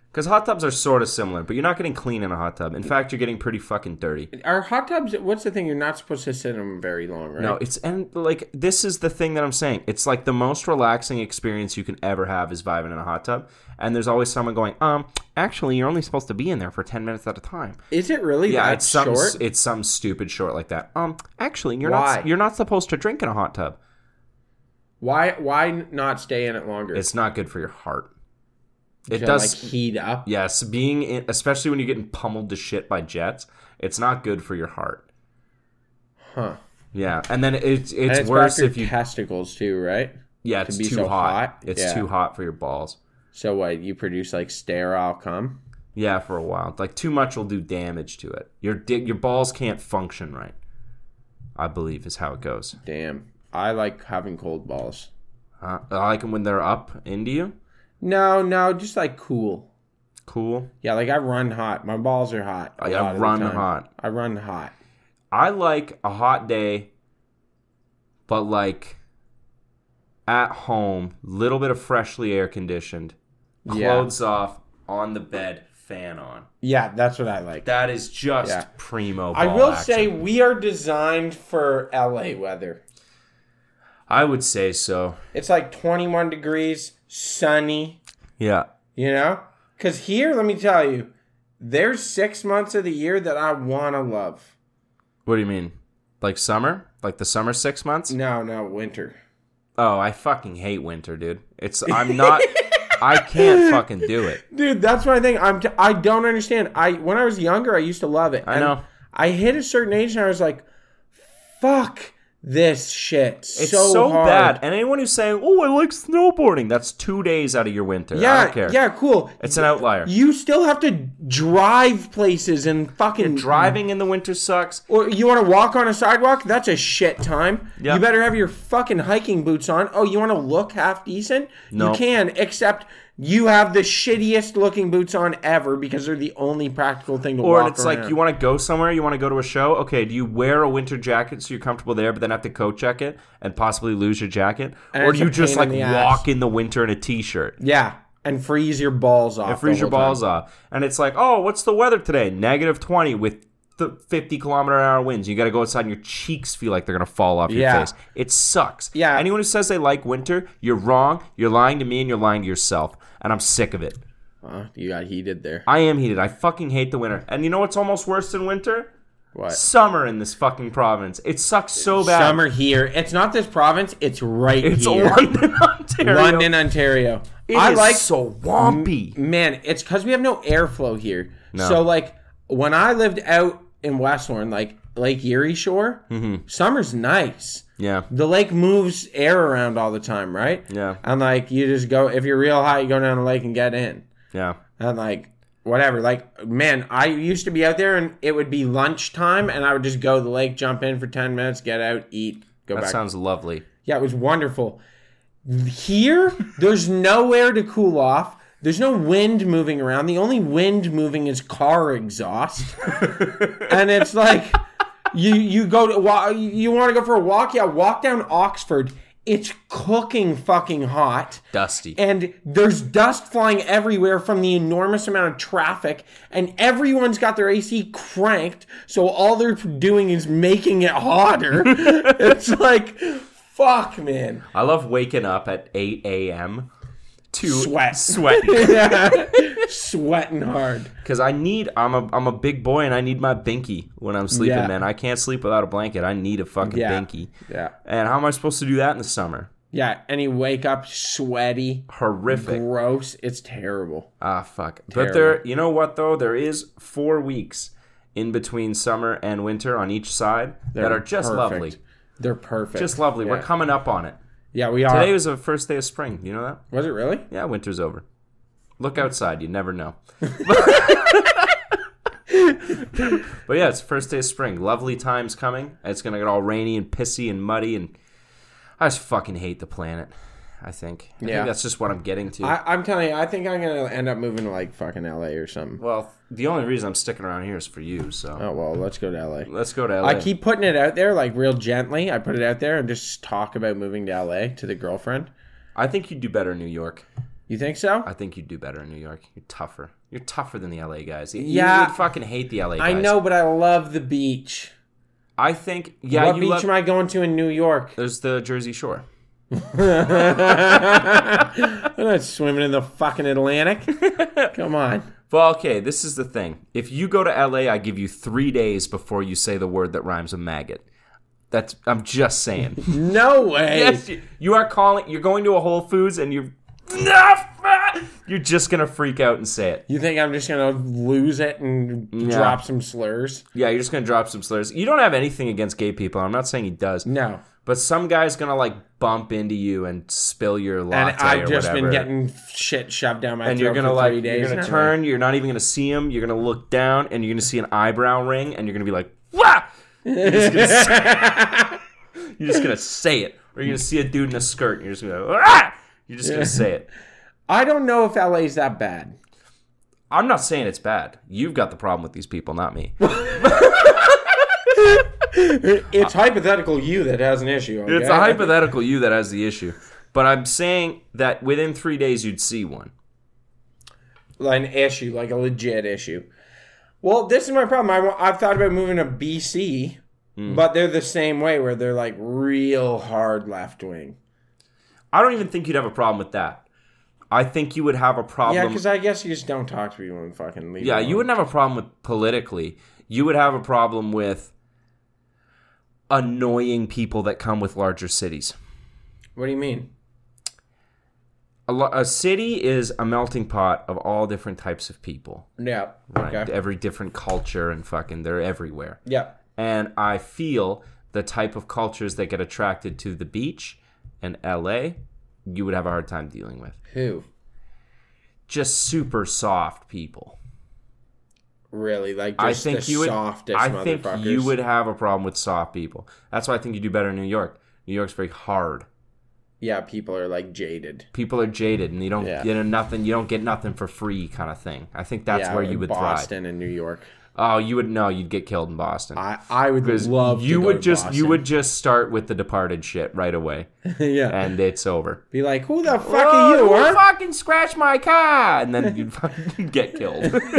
Speaker 1: because hot tubs are sort of similar, but you're not getting clean in a hot tub. In fact, you're getting pretty fucking dirty.
Speaker 2: Are hot tubs? What's the thing? You're not supposed to sit in them very long, right?
Speaker 1: No, it's and like this is the thing that I'm saying. It's like the most relaxing experience you can ever have is vibing in a hot tub. And there's always someone going, um, actually, you're only supposed to be in there for ten minutes at a time.
Speaker 2: Is it really
Speaker 1: Yeah,
Speaker 2: that
Speaker 1: it's some
Speaker 2: short?
Speaker 1: it's some stupid short like that. Um, actually, you're
Speaker 2: Why?
Speaker 1: not you're not supposed to drink in a hot tub.
Speaker 2: why? Why not stay in it longer?
Speaker 1: It's not good for your heart. It
Speaker 2: To,
Speaker 1: does.
Speaker 2: like heat up.
Speaker 1: yes, being in, especially when you're getting pummeled to shit by jets, it's not good for your heart.
Speaker 2: Huh.
Speaker 1: Yeah, and then it's it's,
Speaker 2: And it's
Speaker 1: worse
Speaker 2: after
Speaker 1: if you
Speaker 2: testicles too, right?
Speaker 1: yeah it's
Speaker 2: be
Speaker 1: too
Speaker 2: so
Speaker 1: hot.
Speaker 2: hot.
Speaker 1: It's
Speaker 2: Yeah.
Speaker 1: too hot for your balls.
Speaker 2: So what? You produce like sterile cum.
Speaker 1: Yeah, for a while. Like too much will do damage to it. Your dick, your balls can't function right. I believe is how it goes.
Speaker 2: Damn. I like having cold balls.
Speaker 1: Uh, I like them when they're up into you.
Speaker 2: No, no, just like cool.
Speaker 1: Cool.
Speaker 2: Yeah, like I run hot. My balls are hot. a
Speaker 1: I- I
Speaker 2: lot of the
Speaker 1: run
Speaker 2: time.
Speaker 1: hot.
Speaker 2: I run hot.
Speaker 1: I like a hot day, but like at home, little bit of freshly air conditioned,
Speaker 2: Yeah.
Speaker 1: clothes off, on the bed, fan on.
Speaker 2: Yeah, that's what I like.
Speaker 1: That is just
Speaker 2: Yeah.
Speaker 1: primo.
Speaker 2: I
Speaker 1: ball
Speaker 2: will
Speaker 1: action.
Speaker 2: say we are designed for LA weather.
Speaker 1: I would say so.
Speaker 2: It's like 21 degrees, sunny,
Speaker 1: Yeah.
Speaker 2: you know? Because here, let me tell you, there's six months of the year that I want to love.
Speaker 1: What do you mean? Like summer? Like the summer six months?
Speaker 2: No, no, winter.
Speaker 1: Oh, I fucking hate winter, dude. It's I'm not I can't fucking do it.
Speaker 2: Dude, that's my thing. I'm t- I don't understand. I when I was younger, I used to love it.
Speaker 1: I
Speaker 2: And
Speaker 1: know.
Speaker 2: I hit a certain age and I was like, "Fuck this shit."
Speaker 1: It's
Speaker 2: so,
Speaker 1: so,
Speaker 2: hard.
Speaker 1: bad. And anyone who's saying, "Oh, I like snowboarding," that's 2 days out of your winter. I
Speaker 2: Yeah,
Speaker 1: don't care.
Speaker 2: yeah, cool.
Speaker 1: It's an outlier.
Speaker 2: You still have to drive places and fucking
Speaker 1: Driving in the winter sucks.
Speaker 2: Or you want to walk on a sidewalk? That's a shit time.
Speaker 1: Yeah.
Speaker 2: You better have your fucking hiking boots on. Oh, you want to look half decent?
Speaker 1: No.
Speaker 2: You can, except you have the shittiest looking boots on ever because they're the only practical thing to
Speaker 1: Or
Speaker 2: walk
Speaker 1: it's like
Speaker 2: around.
Speaker 1: you want to go somewhere, you want to go to a show. Okay, do you wear a winter jacket so you're comfortable there, but then have to coat check it and possibly lose your jacket?
Speaker 2: And
Speaker 1: or
Speaker 2: it's
Speaker 1: do you
Speaker 2: a
Speaker 1: just
Speaker 2: pain
Speaker 1: like
Speaker 2: in the
Speaker 1: walk
Speaker 2: ass.
Speaker 1: in the winter in a t-shirt?
Speaker 2: Yeah, and freeze your balls off.
Speaker 1: and freeze your balls off. And it's like, oh, what's the weather today? Negative 20 with th- 50 kilometer an hour winds. You got to go outside and your cheeks feel like they're going to fall off your
Speaker 2: Yeah.
Speaker 1: face. It sucks.
Speaker 2: Yeah.
Speaker 1: Anyone who says they like winter, you're wrong. You're lying to me and you're lying to yourself. And I'm sick of it.
Speaker 2: Huh? You got heated there.
Speaker 1: I am heated. I fucking hate the winter. And you know what's almost worse than winter?
Speaker 2: What?
Speaker 1: Summer in this fucking province. It sucks so bad.
Speaker 2: Summer here. It's not this province. It's right
Speaker 1: It's
Speaker 2: here.
Speaker 1: London, Ontario.
Speaker 2: London, Ontario.
Speaker 1: It
Speaker 2: I
Speaker 1: is
Speaker 2: like
Speaker 1: swampy.
Speaker 2: man. It's because we have no airflow here.
Speaker 1: No.
Speaker 2: So like when I lived out in Westland, like Lake Erie Shore,
Speaker 1: Mm-hmm.
Speaker 2: summer's nice.
Speaker 1: Yeah.
Speaker 2: The lake moves air around all the time, right?
Speaker 1: Yeah.
Speaker 2: And like you just go if you're real hot, you go down the lake and get in.
Speaker 1: Yeah.
Speaker 2: and like whatever like man i used to be out there and it would be lunchtime and i would just go to the lake jump in for 10 minutes get out eat go
Speaker 1: That
Speaker 2: back
Speaker 1: sounds lovely.
Speaker 2: yeah it was wonderful here there's nowhere to cool off there's no wind moving around the only wind moving is car exhaust and it's like you you go to wa- you want to go for a walk yeah walk down oxford it's cooking fucking hot
Speaker 1: Dusty.
Speaker 2: and there's dust flying everywhere from the enormous amount of traffic and everyone's got their ac cranked so all they're doing is making it hotter it's like fuck man
Speaker 1: I love waking up at 8 a.m. to
Speaker 2: Sweat.
Speaker 1: sweat,
Speaker 2: sweating hard
Speaker 1: because I need. I'm a I'm a big boy and I need my binky when I'm sleeping.
Speaker 2: Yeah.
Speaker 1: Man, I can't sleep without a blanket. I need a fucking
Speaker 2: Yeah.
Speaker 1: binky.
Speaker 2: yeah
Speaker 1: And how am I supposed to do that in the summer?
Speaker 2: yeah and you wake up sweaty
Speaker 1: Horrific.
Speaker 2: gross it's terrible
Speaker 1: Ah, fuck. But
Speaker 2: Terrible.
Speaker 1: there, you know what though? There is four weeks in between summer and winter on each side that
Speaker 2: They're
Speaker 1: are just
Speaker 2: perfect.
Speaker 1: lovely.
Speaker 2: They're perfect.
Speaker 1: Just lovely. We're
Speaker 2: Yeah.
Speaker 1: coming up on it.
Speaker 2: Yeah, we are.
Speaker 1: Today was the first day of spring. You know that?
Speaker 2: was it really?
Speaker 1: Yeah, winter's over. Look outside. You never know. but yeah, it's the first day of spring. Lovely times coming. It's gonna get all rainy and pissy and muddy, and I just fucking hate the planet. I think. I
Speaker 2: Yeah.
Speaker 1: think that's just what I'm getting to.
Speaker 2: I, I'm telling you, I think I'm gonna end up moving to like fucking LA or something.
Speaker 1: well, the only reason I'm sticking around here is for you. So
Speaker 2: Oh well, let's go to LA.
Speaker 1: let's go to LA.
Speaker 2: I keep putting it out there like real gently. I put it out there and just talk about moving to LA to the girlfriend.
Speaker 1: I think you'd do better in New York.
Speaker 2: You think so?
Speaker 1: I think you'd do better in New York. You're tougher. You're tougher than the LA guys. You-
Speaker 2: Yeah.
Speaker 1: you would fucking hate the LA
Speaker 2: I
Speaker 1: guys.
Speaker 2: know, but I love the beach.
Speaker 1: I think. Yeah,
Speaker 2: what
Speaker 1: you
Speaker 2: beach
Speaker 1: love-
Speaker 2: am I going to in New York?
Speaker 1: There's the Jersey Shore.
Speaker 2: I'm not swimming in the fucking Atlantic. Come on.
Speaker 1: Well, okay, this is the thing. If you go to LA, I give you three days before you say the word that rhymes with maggot. That's I'm just saying.
Speaker 2: No way.
Speaker 1: yes, you, you are calling. You're going to a Whole Foods and you're no, fuck! you're just gonna freak out and say it.
Speaker 2: You think I'm just gonna lose it and drop some slurs?
Speaker 1: Yeah, you're just gonna drop some slurs. You don't have anything against gay people. I'm not saying he does.
Speaker 2: No.
Speaker 1: But some guy's gonna like bump into you and spill your
Speaker 2: And
Speaker 1: latte or
Speaker 2: I've just
Speaker 1: whatever.
Speaker 2: been getting shit shoved down my
Speaker 1: and
Speaker 2: throat
Speaker 1: you're gonna
Speaker 2: for
Speaker 1: like
Speaker 2: three days.
Speaker 1: you're gonna
Speaker 2: now.
Speaker 1: turn. You're not even gonna see him. You're gonna look down and you're gonna see an eyebrow ring and you're gonna be like, "Wah!" You're just gonna say, you're just gonna say it, or you're gonna see a dude in a skirt and you're just gonna go, "Ah!" You're just gonna say it.
Speaker 2: I don't know if LA's that bad.
Speaker 1: I'm not saying it's bad. You've got the problem with these people, not me.
Speaker 2: It's hypothetical you that has an issue.
Speaker 1: It's
Speaker 2: okay?
Speaker 1: a hypothetical you that has the issue. But I'm saying that within three days you'd see one.
Speaker 2: an issue, like a legit issue. Well, this is my problem. I, wa- I've thought about moving to BC,
Speaker 1: Hmm.
Speaker 2: but they're the same way where they're like real hard left wing.
Speaker 1: I don't even think you'd have a problem with that. I think you would have a problem.
Speaker 2: Yeah, because I guess you just don't talk to people and fucking leave.
Speaker 1: Yeah,
Speaker 2: them
Speaker 1: you
Speaker 2: alone.
Speaker 1: wouldn't have a problem with politically. You would have a problem with annoying people that come with larger cities.
Speaker 2: What do you mean?
Speaker 1: A, lo- a city is a melting pot of all different types of people,
Speaker 2: Yeah.
Speaker 1: right?
Speaker 2: Okay.
Speaker 1: Every different culture and fucking they're everywhere.
Speaker 2: Yeah.
Speaker 1: And I feel the type of cultures that get attracted to the beach and LA, you would have a hard time dealing with.
Speaker 2: Who?
Speaker 1: Just super soft people.
Speaker 2: Really? Like
Speaker 1: I
Speaker 2: just
Speaker 1: think
Speaker 2: the
Speaker 1: you would.
Speaker 2: softest
Speaker 1: I think
Speaker 2: motherfuckers.
Speaker 1: you would have a problem with soft people. That's why I think you do better in New York. New York's very hard.
Speaker 2: Yeah, people are like jaded.
Speaker 1: People are jaded, and you don't
Speaker 2: Yeah.
Speaker 1: you know nothing. You don't get nothing for free, kind of thing. I think that's
Speaker 2: yeah,
Speaker 1: where you
Speaker 2: in
Speaker 1: would thrive.
Speaker 2: Boston and New York.
Speaker 1: Oh, you would no, you'd get killed in Boston.
Speaker 2: I I would
Speaker 1: 'Cause
Speaker 2: love.
Speaker 1: you
Speaker 2: to go
Speaker 1: would
Speaker 2: to
Speaker 1: just you
Speaker 2: Boston.
Speaker 1: would just start with the Departed shit right away,
Speaker 2: yeah.
Speaker 1: and it's over.
Speaker 2: Be like, who the fuck are you?
Speaker 1: Oh,
Speaker 2: Huh?
Speaker 1: fucking scratch my car, and then you'd fucking get killed.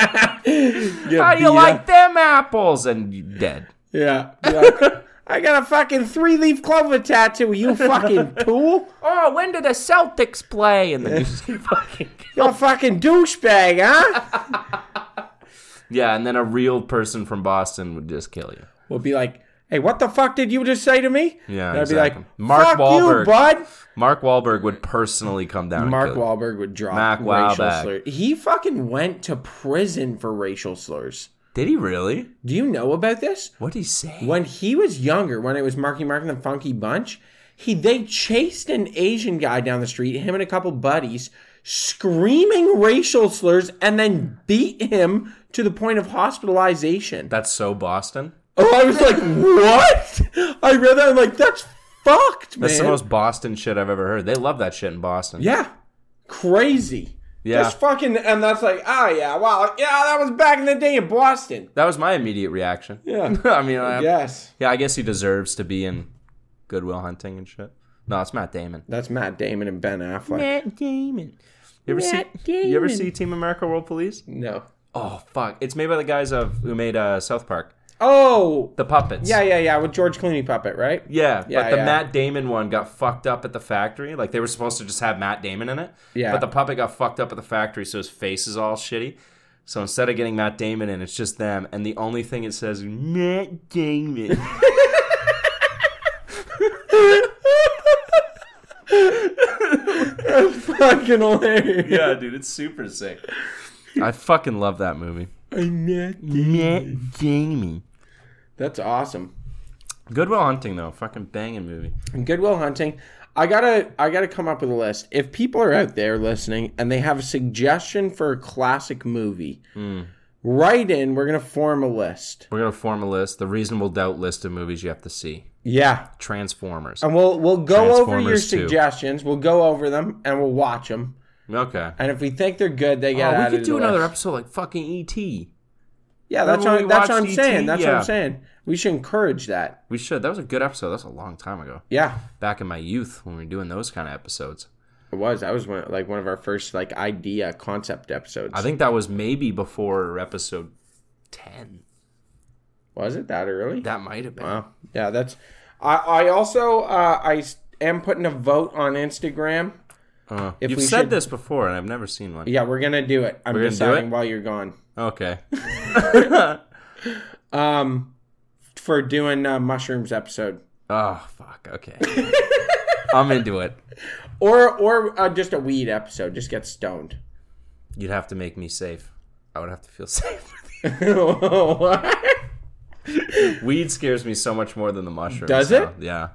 Speaker 1: How do you
Speaker 2: beat
Speaker 1: like them apples? And you're dead.
Speaker 2: Yeah. Be like, I got a fucking three leaf clover tattoo, you fucking tool.
Speaker 1: oh, when do the Celtics play? And then you just keep fucking.
Speaker 2: You're a fucking douchebag, huh?
Speaker 1: Yeah, and then a real person from Boston would just kill you.
Speaker 2: We'll be like, hey, what the fuck did you just say to me?
Speaker 1: Yeah,
Speaker 2: And I'd
Speaker 1: exactly.
Speaker 2: be like,
Speaker 1: Mark
Speaker 2: fuck
Speaker 1: Wahlberg.
Speaker 2: you, bud.
Speaker 1: Mark Wahlberg would personally come down. and
Speaker 2: Mark
Speaker 1: kill you.
Speaker 2: Wahlberg would drop
Speaker 1: Mark
Speaker 2: racial
Speaker 1: Wahlberg.
Speaker 2: slurs. He fucking went to prison for racial slurs.
Speaker 1: Did he really?
Speaker 2: Do you know about this?
Speaker 1: What did he say?
Speaker 2: When he was younger, when it was Marky Mark and the Funky Bunch, he they chased an Asian guy down the street, him and a couple buddies, screaming racial slurs, and then beat him to the point of hospitalization.
Speaker 1: That's so Boston.
Speaker 2: oh, I was like, what? I read that. I'm like, that's fucked, man.
Speaker 1: That's the most Boston shit I've ever heard. They love that shit in Boston.
Speaker 2: yeah, crazy.
Speaker 1: Yeah.
Speaker 2: Just fucking, and that's like, oh yeah, wow, yeah, that was back in the day in Boston.
Speaker 1: That was my immediate reaction.
Speaker 2: Yeah.
Speaker 1: I mean, I, yeah.
Speaker 2: Yes,
Speaker 1: I guess he deserves to be in Goodwill Hunting and shit. No, it's Matt Damon.
Speaker 2: that's Matt Damon and Ben Affleck.
Speaker 1: Matt Damon. You ever see? You ever see Team America: World Police?
Speaker 2: No.
Speaker 1: Oh fuck! It's made by the guys of who made uh, South Park.
Speaker 2: Oh,
Speaker 1: The puppets.
Speaker 2: Yeah, yeah, yeah, with George Clooney puppet, right?
Speaker 1: Yeah,
Speaker 2: Yeah,
Speaker 1: but the
Speaker 2: yeah.
Speaker 1: Matt Damon one got fucked up at the factory. Like they were supposed to just have Matt Damon in it.
Speaker 2: Yeah.
Speaker 1: But the puppet got fucked up at the factory, so his face is all shitty. So instead of getting Matt Damon in, it's just them, and the only thing it says Matt Damon.
Speaker 2: Fucking hilarious.
Speaker 1: yeah, dude, it's super sick. I fucking love that movie.
Speaker 2: I'm not-
Speaker 1: Matt Damon.
Speaker 2: That's awesome.
Speaker 1: Goodwill Hunting though, fucking banging movie.
Speaker 2: Goodwill Hunting. I gotta I gotta come up with a list. If people are out there listening and they have a suggestion for a classic movie, write in. We're gonna form a list.
Speaker 1: We're gonna form a list, the reasonable doubt list of movies you have to see.
Speaker 2: Yeah,
Speaker 1: Transformers.
Speaker 2: and we'll we'll go over your
Speaker 1: Transformers 2.
Speaker 2: suggestions. We'll go over them and we'll watch them.
Speaker 1: Okay.
Speaker 2: And if we think they're good, they get
Speaker 1: Oh,
Speaker 2: added
Speaker 1: we could
Speaker 2: to
Speaker 1: do
Speaker 2: the
Speaker 1: another
Speaker 2: list.
Speaker 1: episode like fucking E E.T.
Speaker 2: Yeah, that's
Speaker 1: Remember
Speaker 2: what,
Speaker 1: when we
Speaker 2: that's what
Speaker 1: watched
Speaker 2: I'm saying.
Speaker 1: ET?
Speaker 2: That's what
Speaker 1: Yeah.
Speaker 2: I'm saying. We should encourage that.
Speaker 1: We should. That was a good episode. That's a long time ago.
Speaker 2: Yeah,
Speaker 1: Back in my youth when we were doing those kind of episodes.
Speaker 2: it was. That was one, like one of our first like idea concept episodes.
Speaker 1: I think that was maybe before episode 10.
Speaker 2: was it that early?
Speaker 1: That might have been.
Speaker 2: Wow. Yeah, that's. I, I also uh, I s- am putting a vote on Instagram.
Speaker 1: Uh,
Speaker 2: If
Speaker 1: you've
Speaker 2: we
Speaker 1: said
Speaker 2: should-
Speaker 1: this before and I've never seen one.
Speaker 2: Yeah, we're gonna do it. I'm
Speaker 1: We're gonna do
Speaker 2: deciding
Speaker 1: it?
Speaker 2: while you're gone.
Speaker 1: Okay.
Speaker 2: Um, for doing uh, mushrooms episode
Speaker 1: Oh, fuck. Okay. I'm into it.
Speaker 2: or or uh, just a weed episode. Just get stoned.
Speaker 1: You'd have to make me safe. I would have to feel safe. Weed scares me so much more than the mushrooms.
Speaker 2: Does
Speaker 1: now.
Speaker 2: it?
Speaker 1: Yeah.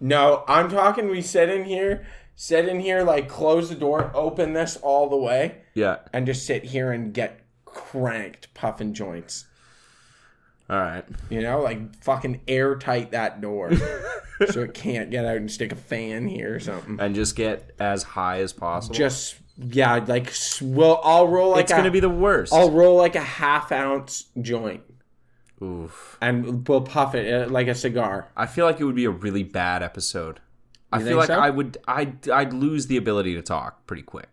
Speaker 2: no, I'm talking. We sit in here, sit in here, like close the door, open this all the way,
Speaker 1: Yeah.
Speaker 2: and just sit here and get cranked, puffing joints.
Speaker 1: All right.
Speaker 2: You know, like fucking airtight that door so it can't get out and stick a fan here or something.
Speaker 1: And just get as high as possible.
Speaker 2: Just yeah, like s- well, I'll roll like
Speaker 1: it's going
Speaker 2: a,
Speaker 1: to be the worst.
Speaker 2: I'll roll like a half ounce joint
Speaker 1: Oof.
Speaker 2: and we'll puff it uh, like a cigar.
Speaker 1: I feel like it would be a really bad episode. I
Speaker 2: You
Speaker 1: feel
Speaker 2: think
Speaker 1: like
Speaker 2: so?
Speaker 1: I would I'd, I'd lose the ability to talk pretty quick.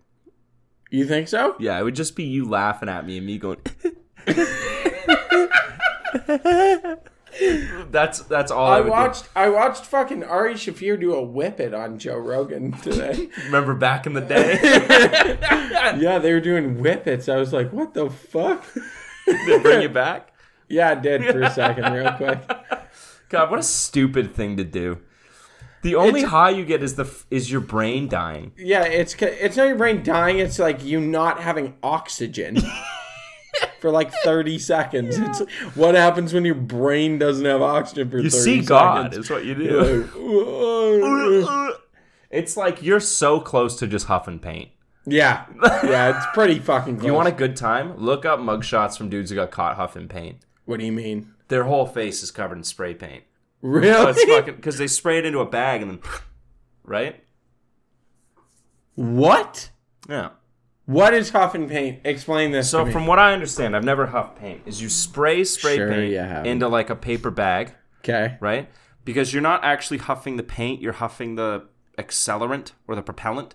Speaker 2: You think so?
Speaker 1: Yeah, it would just be you laughing at me and me going That's that's all I,
Speaker 2: I
Speaker 1: would
Speaker 2: watched I watched fucking Ari Shafir do a whip it on Joe Rogan today.
Speaker 1: do. Remember back in the day?
Speaker 2: yeah, they were doing whip its. I was like, what the fuck?
Speaker 1: They bring you back?
Speaker 2: Yeah, I did for a second, real quick.
Speaker 1: God, what a stupid thing to do. The only
Speaker 2: It's-
Speaker 1: high you get is the f- is your brain dying.
Speaker 2: Yeah, it's ca- it's not your brain dying. It's like you not having oxygen for like thirty seconds. It's what happens when your brain doesn't have oxygen for
Speaker 1: You
Speaker 2: 30
Speaker 1: see God
Speaker 2: seconds.
Speaker 1: is what you
Speaker 2: You're
Speaker 1: do.
Speaker 2: like, "Whoa."
Speaker 1: It's like you're so close to just huffing paint.
Speaker 2: yeah, yeah, it's pretty fucking. Close.
Speaker 1: You want a good time? Look up mugshots from dudes who got caught huffing paint.
Speaker 2: What do you mean?
Speaker 1: Their whole face is covered in spray paint.
Speaker 2: Really?
Speaker 1: That's fucking because they spray it into a bag and then, right?
Speaker 2: what?
Speaker 1: Yeah.
Speaker 2: What is huff and paint? Explain this.
Speaker 1: So
Speaker 2: to me.
Speaker 1: from what I understand, I've never huffed paint. Is you spray spray
Speaker 2: Sure
Speaker 1: paint
Speaker 2: you haven't.
Speaker 1: into like a paper bag,
Speaker 2: okay,
Speaker 1: right? Because you're not actually huffing the paint; you're huffing the accelerant or the propellant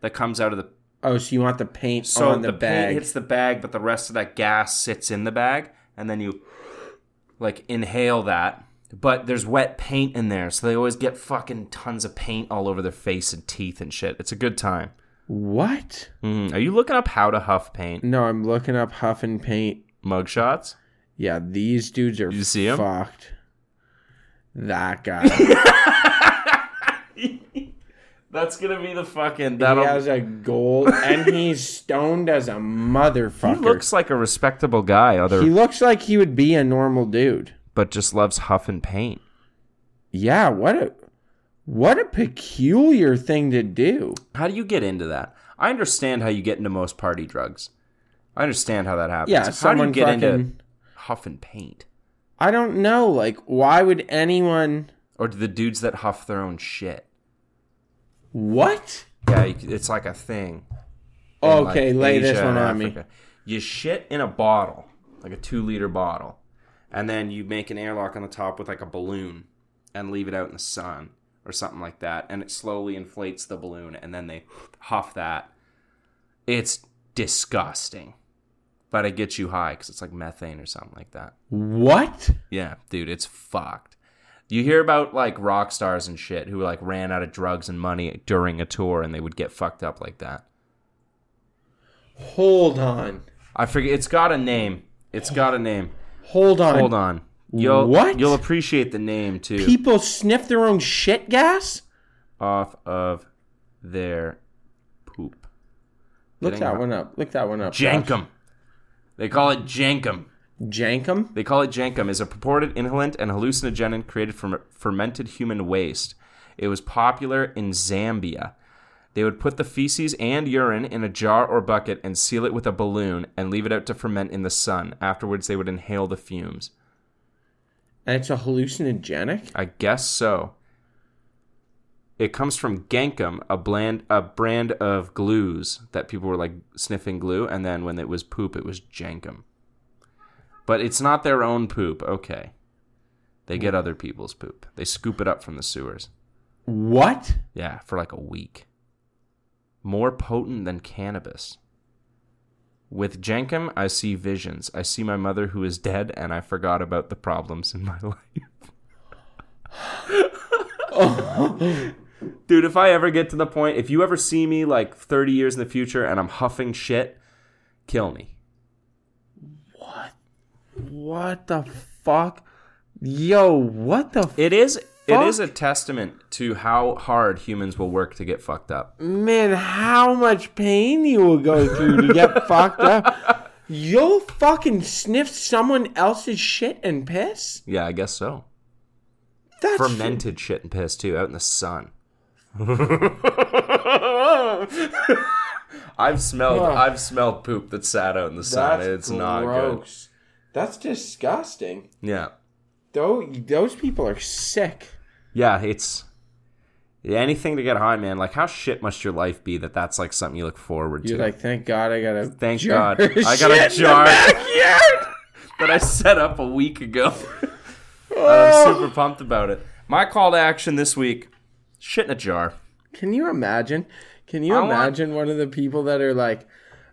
Speaker 1: that comes out of the.
Speaker 2: oh, so you want the paint
Speaker 1: So
Speaker 2: on the,
Speaker 1: the
Speaker 2: bag?
Speaker 1: paint hits the bag, but the rest of that gas sits in the bag, and then you like inhale that. But there's wet paint in there, so they always get fucking tons of paint all over their face and teeth and shit. It's a good time.
Speaker 2: what?
Speaker 1: Mm, Are you looking up how to huff paint
Speaker 2: No, I'm looking up huff and paint.
Speaker 1: mugshots?
Speaker 2: Yeah, these dudes are
Speaker 1: You see 'em?
Speaker 2: fucked. That guy.
Speaker 1: That's gonna be the fucking.
Speaker 2: he
Speaker 1: That'll.
Speaker 2: has a gold and he's stoned as a motherfucker.
Speaker 1: he looks like a respectable guy, other
Speaker 2: He looks like he would be a normal dude.
Speaker 1: but just loves huff and paint.
Speaker 2: Yeah, what a what a peculiar thing to do.
Speaker 1: How do you get into that? I understand how you get into most party drugs. I understand how that happens.
Speaker 2: Yeah,
Speaker 1: how
Speaker 2: someone
Speaker 1: do you get into
Speaker 2: fucking-
Speaker 1: huff and paint?
Speaker 2: I don't know, like why would anyone
Speaker 1: Or do the dudes that huff their own shit?
Speaker 2: what?
Speaker 1: Yeah, you- it's like a thing. in, like,
Speaker 2: Okay, lay this
Speaker 1: Asia
Speaker 2: one
Speaker 1: and
Speaker 2: on me.
Speaker 1: Africa. You shit in a bottle, like a two liter bottle, and then you make an airlock on the top with like a balloon and leave it out in the sun or something like that, and it slowly inflates the balloon, and then they huff that. It's disgusting, but it gets you high because it's like methane or something like that.
Speaker 2: What?
Speaker 1: Yeah, dude, it's fucked. You hear about like rock stars and shit who like ran out of drugs and money during a tour and they would get fucked up like that.
Speaker 2: Hold on.
Speaker 1: I forget. It's got a name. It's got a name.
Speaker 2: Hold on.
Speaker 1: Hold on. You'll
Speaker 2: What?
Speaker 1: you'll appreciate the name too.
Speaker 2: People sniff their own shit gas?
Speaker 1: off of their poop.
Speaker 2: Look
Speaker 1: Getting
Speaker 2: that
Speaker 1: hot.
Speaker 2: one up. Look that one up. Josh.
Speaker 1: Jankum. They call it jankum.
Speaker 2: Jankum?
Speaker 1: They call it jankum. is a purported inhalant and hallucinogen created from fermented human waste. It was popular in Zambia. They would put the feces and urine in a jar or bucket and seal it with a balloon and leave it out to ferment in the sun. Afterwards, they would inhale the fumes.
Speaker 2: And it's a hallucinogenic?
Speaker 1: I guess so. It comes from Gankum, a bland a brand of glues that people were like sniffing glue, and then when it was poop, it was Jankum. But it's not their own poop, okay. They get other people's poop. They scoop it up from the sewers.
Speaker 2: What?
Speaker 1: Yeah, for like a week. More potent than cannabis. With Jankum, I see visions. I see my mother who is dead, and I forgot about the problems in my life. Dude, if I ever get to the point, if you ever see me like 30 years in the future and I'm huffing shit, kill me.
Speaker 2: What the fuck? Yo, what the
Speaker 1: It is. It is
Speaker 2: Fuck.
Speaker 1: a testament to how hard humans will work to get fucked up.
Speaker 2: Man, how much pain you will go through to get fucked up. You'll fucking sniff someone else's shit and piss?
Speaker 1: Yeah, I guess so.
Speaker 2: That's
Speaker 1: Fermented shit and piss too, out in the sun. I've smelled. I've smelled poop that sat out in the sun.
Speaker 2: that's
Speaker 1: it's
Speaker 2: gross.
Speaker 1: not good.
Speaker 2: That's disgusting.
Speaker 1: Yeah,
Speaker 2: Though those people are sick.
Speaker 1: yeah. It's yeah, anything to get high, man. Like, how shit must your life be that that's like something you look forward
Speaker 2: You're
Speaker 1: to?
Speaker 2: like, thank God I got a
Speaker 1: Thank
Speaker 2: jar
Speaker 1: God, I
Speaker 2: of
Speaker 1: got
Speaker 2: shit
Speaker 1: a
Speaker 2: in the
Speaker 1: jar
Speaker 2: backyard.
Speaker 1: that I set up a week ago. And
Speaker 2: Oh.
Speaker 1: I'm super pumped about it. My call to action this week: shit in a jar.
Speaker 2: Can you imagine? Can you
Speaker 1: I want-
Speaker 2: imagine one of the people that are like,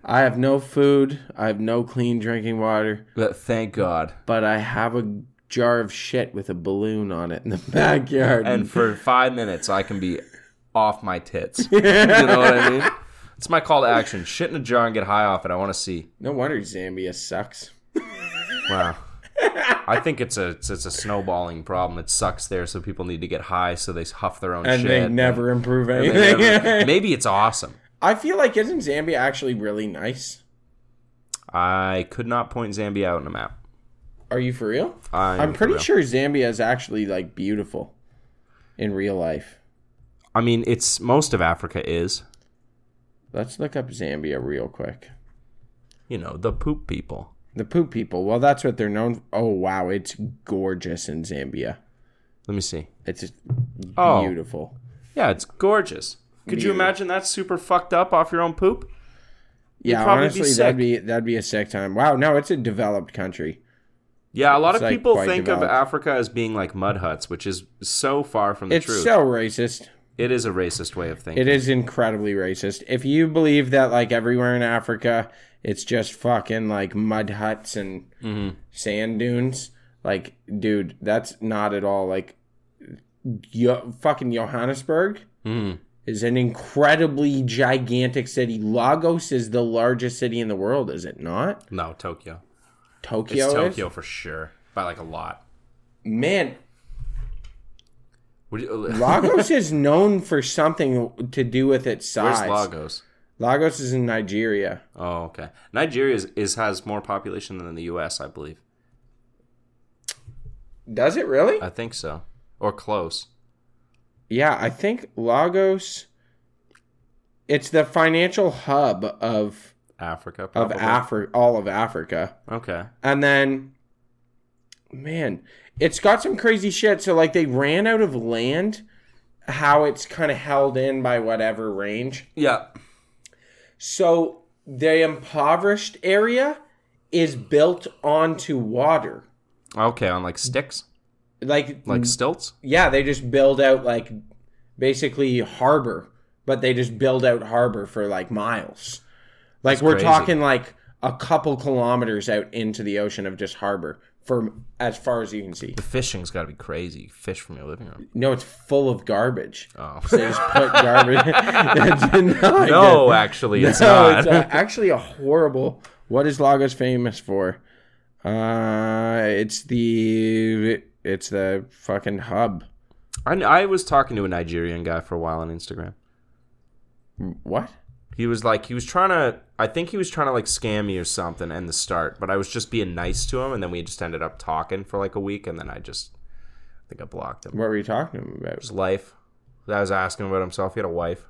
Speaker 2: I have no food, I have no clean drinking water,
Speaker 1: But thank God.
Speaker 2: but I have a jar of shit with a balloon on it in the backyard.
Speaker 1: and for five minutes I can be off my tits. you know what I mean? It's my call to action. Shit in a jar and get high off it. I want to see.
Speaker 2: no wonder Zambia sucks.
Speaker 1: Wow. I think it's a it's, it's a snowballing problem. It sucks there, so people need to get high so they huff their own
Speaker 2: And
Speaker 1: shit.
Speaker 2: they never improve
Speaker 1: And
Speaker 2: anything.
Speaker 1: they never- maybe it's awesome.
Speaker 2: I feel like isn't Zambia actually really nice?
Speaker 1: I could not point Zambia out on a map.
Speaker 2: Are you for real?
Speaker 1: I'm,
Speaker 2: I'm pretty
Speaker 1: real.
Speaker 2: sure Zambia is actually like beautiful in real life.
Speaker 1: I mean, it's most of Africa is
Speaker 2: Let's look up Zambia real quick.
Speaker 1: you know the poop people.
Speaker 2: The poop people. Well, that's what they're known. Oh wow, it's gorgeous in Zambia.
Speaker 1: Let me see.
Speaker 2: It's just
Speaker 1: Oh.
Speaker 2: beautiful.
Speaker 1: Yeah, it's gorgeous. Could you imagine that super fucked up off your own poop?
Speaker 2: Yeah,
Speaker 1: probably be
Speaker 2: honestly,
Speaker 1: sick.
Speaker 2: that'd be that'd be a sick time. Wow, no, it's a developed country.
Speaker 1: Yeah, a lot
Speaker 2: It's,
Speaker 1: of
Speaker 2: like,
Speaker 1: people
Speaker 2: quite
Speaker 1: think of
Speaker 2: developed.
Speaker 1: Africa as being like mud huts, which is so far from the
Speaker 2: It's
Speaker 1: truth.
Speaker 2: so racist.
Speaker 1: it is a racist way of thinking.
Speaker 2: It is incredibly racist. If you believe that like everywhere in Africa, it's just fucking like mud huts and
Speaker 1: Mm-hmm.
Speaker 2: sand dunes, like dude, that's not at all like yo- fucking Johannesburg.
Speaker 1: Mm-hmm.
Speaker 2: Is an incredibly gigantic city. Lagos is the largest city in the world, is it not?
Speaker 1: No, Tokyo.
Speaker 2: Tokyo.
Speaker 1: It's
Speaker 2: is?
Speaker 1: Tokyo for sure. By like a lot.
Speaker 2: Man,
Speaker 1: What do you-
Speaker 2: Lagos is known for something to do with its
Speaker 1: Where's
Speaker 2: size.
Speaker 1: Lagos?
Speaker 2: Lagos is in Nigeria.
Speaker 1: Oh, okay. Nigeria is, is has more population than the U.S. I believe.
Speaker 2: Does it really?
Speaker 1: I think so, or close.
Speaker 2: Yeah, I think Lagos. It's the financial hub of
Speaker 1: Africa.
Speaker 2: of
Speaker 1: Probably.
Speaker 2: Africa, all of Africa,
Speaker 1: Okay.
Speaker 2: and then, man, it's got some crazy shit. So like they ran out of land, how it's kind of held in by whatever range.
Speaker 1: Yeah.
Speaker 2: So the impoverished area is built onto water,
Speaker 1: Okay. On like sticks,
Speaker 2: like
Speaker 1: like stilts.
Speaker 2: yeah, they just build out like basically harbor, but they just build out harbor for like miles. Like we're
Speaker 1: crazy.
Speaker 2: talking like a couple kilometers out into the ocean of just harbor for as far as you can see.
Speaker 1: The fishing's got to be crazy. Fish from your living room.
Speaker 2: No, it's full of garbage.
Speaker 1: Oh.
Speaker 2: They just put garbage. no,
Speaker 1: no, actually, it's
Speaker 2: no,
Speaker 1: not.
Speaker 2: it's uh actually a horrible. What is Lagos famous for? Uh, it's the it's the fucking hub.
Speaker 1: I, I was talking to a Nigerian guy for a while on Instagram.
Speaker 2: What?
Speaker 1: He was like, he was trying to, I think he was trying to like scam me or something in the start, but I was just being nice to him, and then we just ended up talking for like a week, and then I just, I think I blocked him.
Speaker 2: What were you talking about?
Speaker 1: His life. I was asking about himself. He had a wife.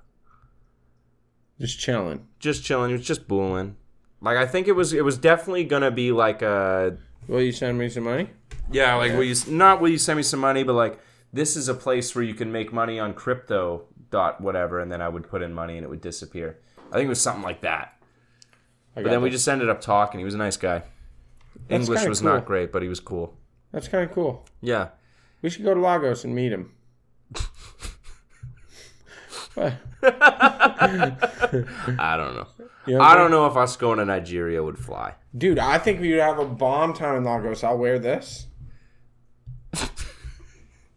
Speaker 2: Just chilling.
Speaker 1: Just chilling. He was just booling. Like I think it was, it was definitely gonna be like a
Speaker 2: Will you send me some money?
Speaker 1: Yeah, like will you not will you send me some money, but like this is a place where you can make money on crypto dot whatever, and then I would put in money and it would disappear. I think it was something like that.
Speaker 2: I
Speaker 1: But
Speaker 2: got
Speaker 1: then we
Speaker 2: that.
Speaker 1: just ended up talking. He was a nice guy.
Speaker 2: That's
Speaker 1: English
Speaker 2: kinda
Speaker 1: was
Speaker 2: cool.
Speaker 1: not great, but he was cool.
Speaker 2: That's kind of cool.
Speaker 1: Yeah.
Speaker 2: We should go to Lagos and meet him. What?
Speaker 1: I don't know.
Speaker 2: You know what
Speaker 1: I
Speaker 2: I'm
Speaker 1: don't know if us going to Nigeria would fly.
Speaker 2: saying? Dude, I think we'd have a bomb time in Lagos. I'll wear this.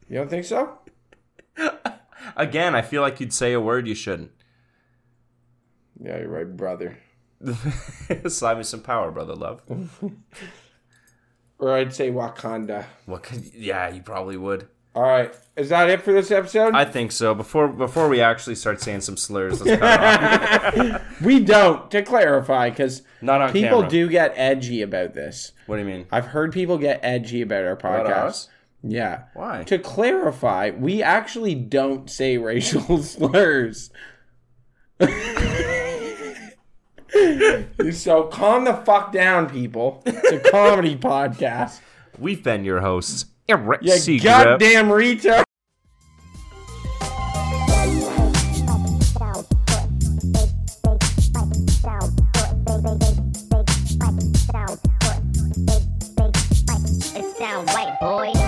Speaker 2: you don't think so?
Speaker 1: Again, I feel like you'd say a word you shouldn't.
Speaker 2: Yeah, you're right, brother.
Speaker 1: Slide me some power, brother love.
Speaker 2: Or I'd say Wakanda.
Speaker 1: What could, yeah, you probably would.
Speaker 2: All right. Is that it for this episode?
Speaker 1: I think so. Before before we actually start saying some slurs, let's cut off.
Speaker 2: we don't, to clarify, because
Speaker 1: Not on
Speaker 2: people
Speaker 1: camera.
Speaker 2: do get edgy about this.
Speaker 1: What do you mean?
Speaker 2: I've heard people get edgy about our podcast.
Speaker 1: About us?
Speaker 2: Yeah.
Speaker 1: Why?
Speaker 2: To clarify, we actually don't say racial slurs. so calm the fuck down, people. It's a comedy podcast.
Speaker 1: We've been your hosts, Eric
Speaker 2: You
Speaker 1: Seagrip.
Speaker 2: goddamn retard.
Speaker 7: It sound right, boy.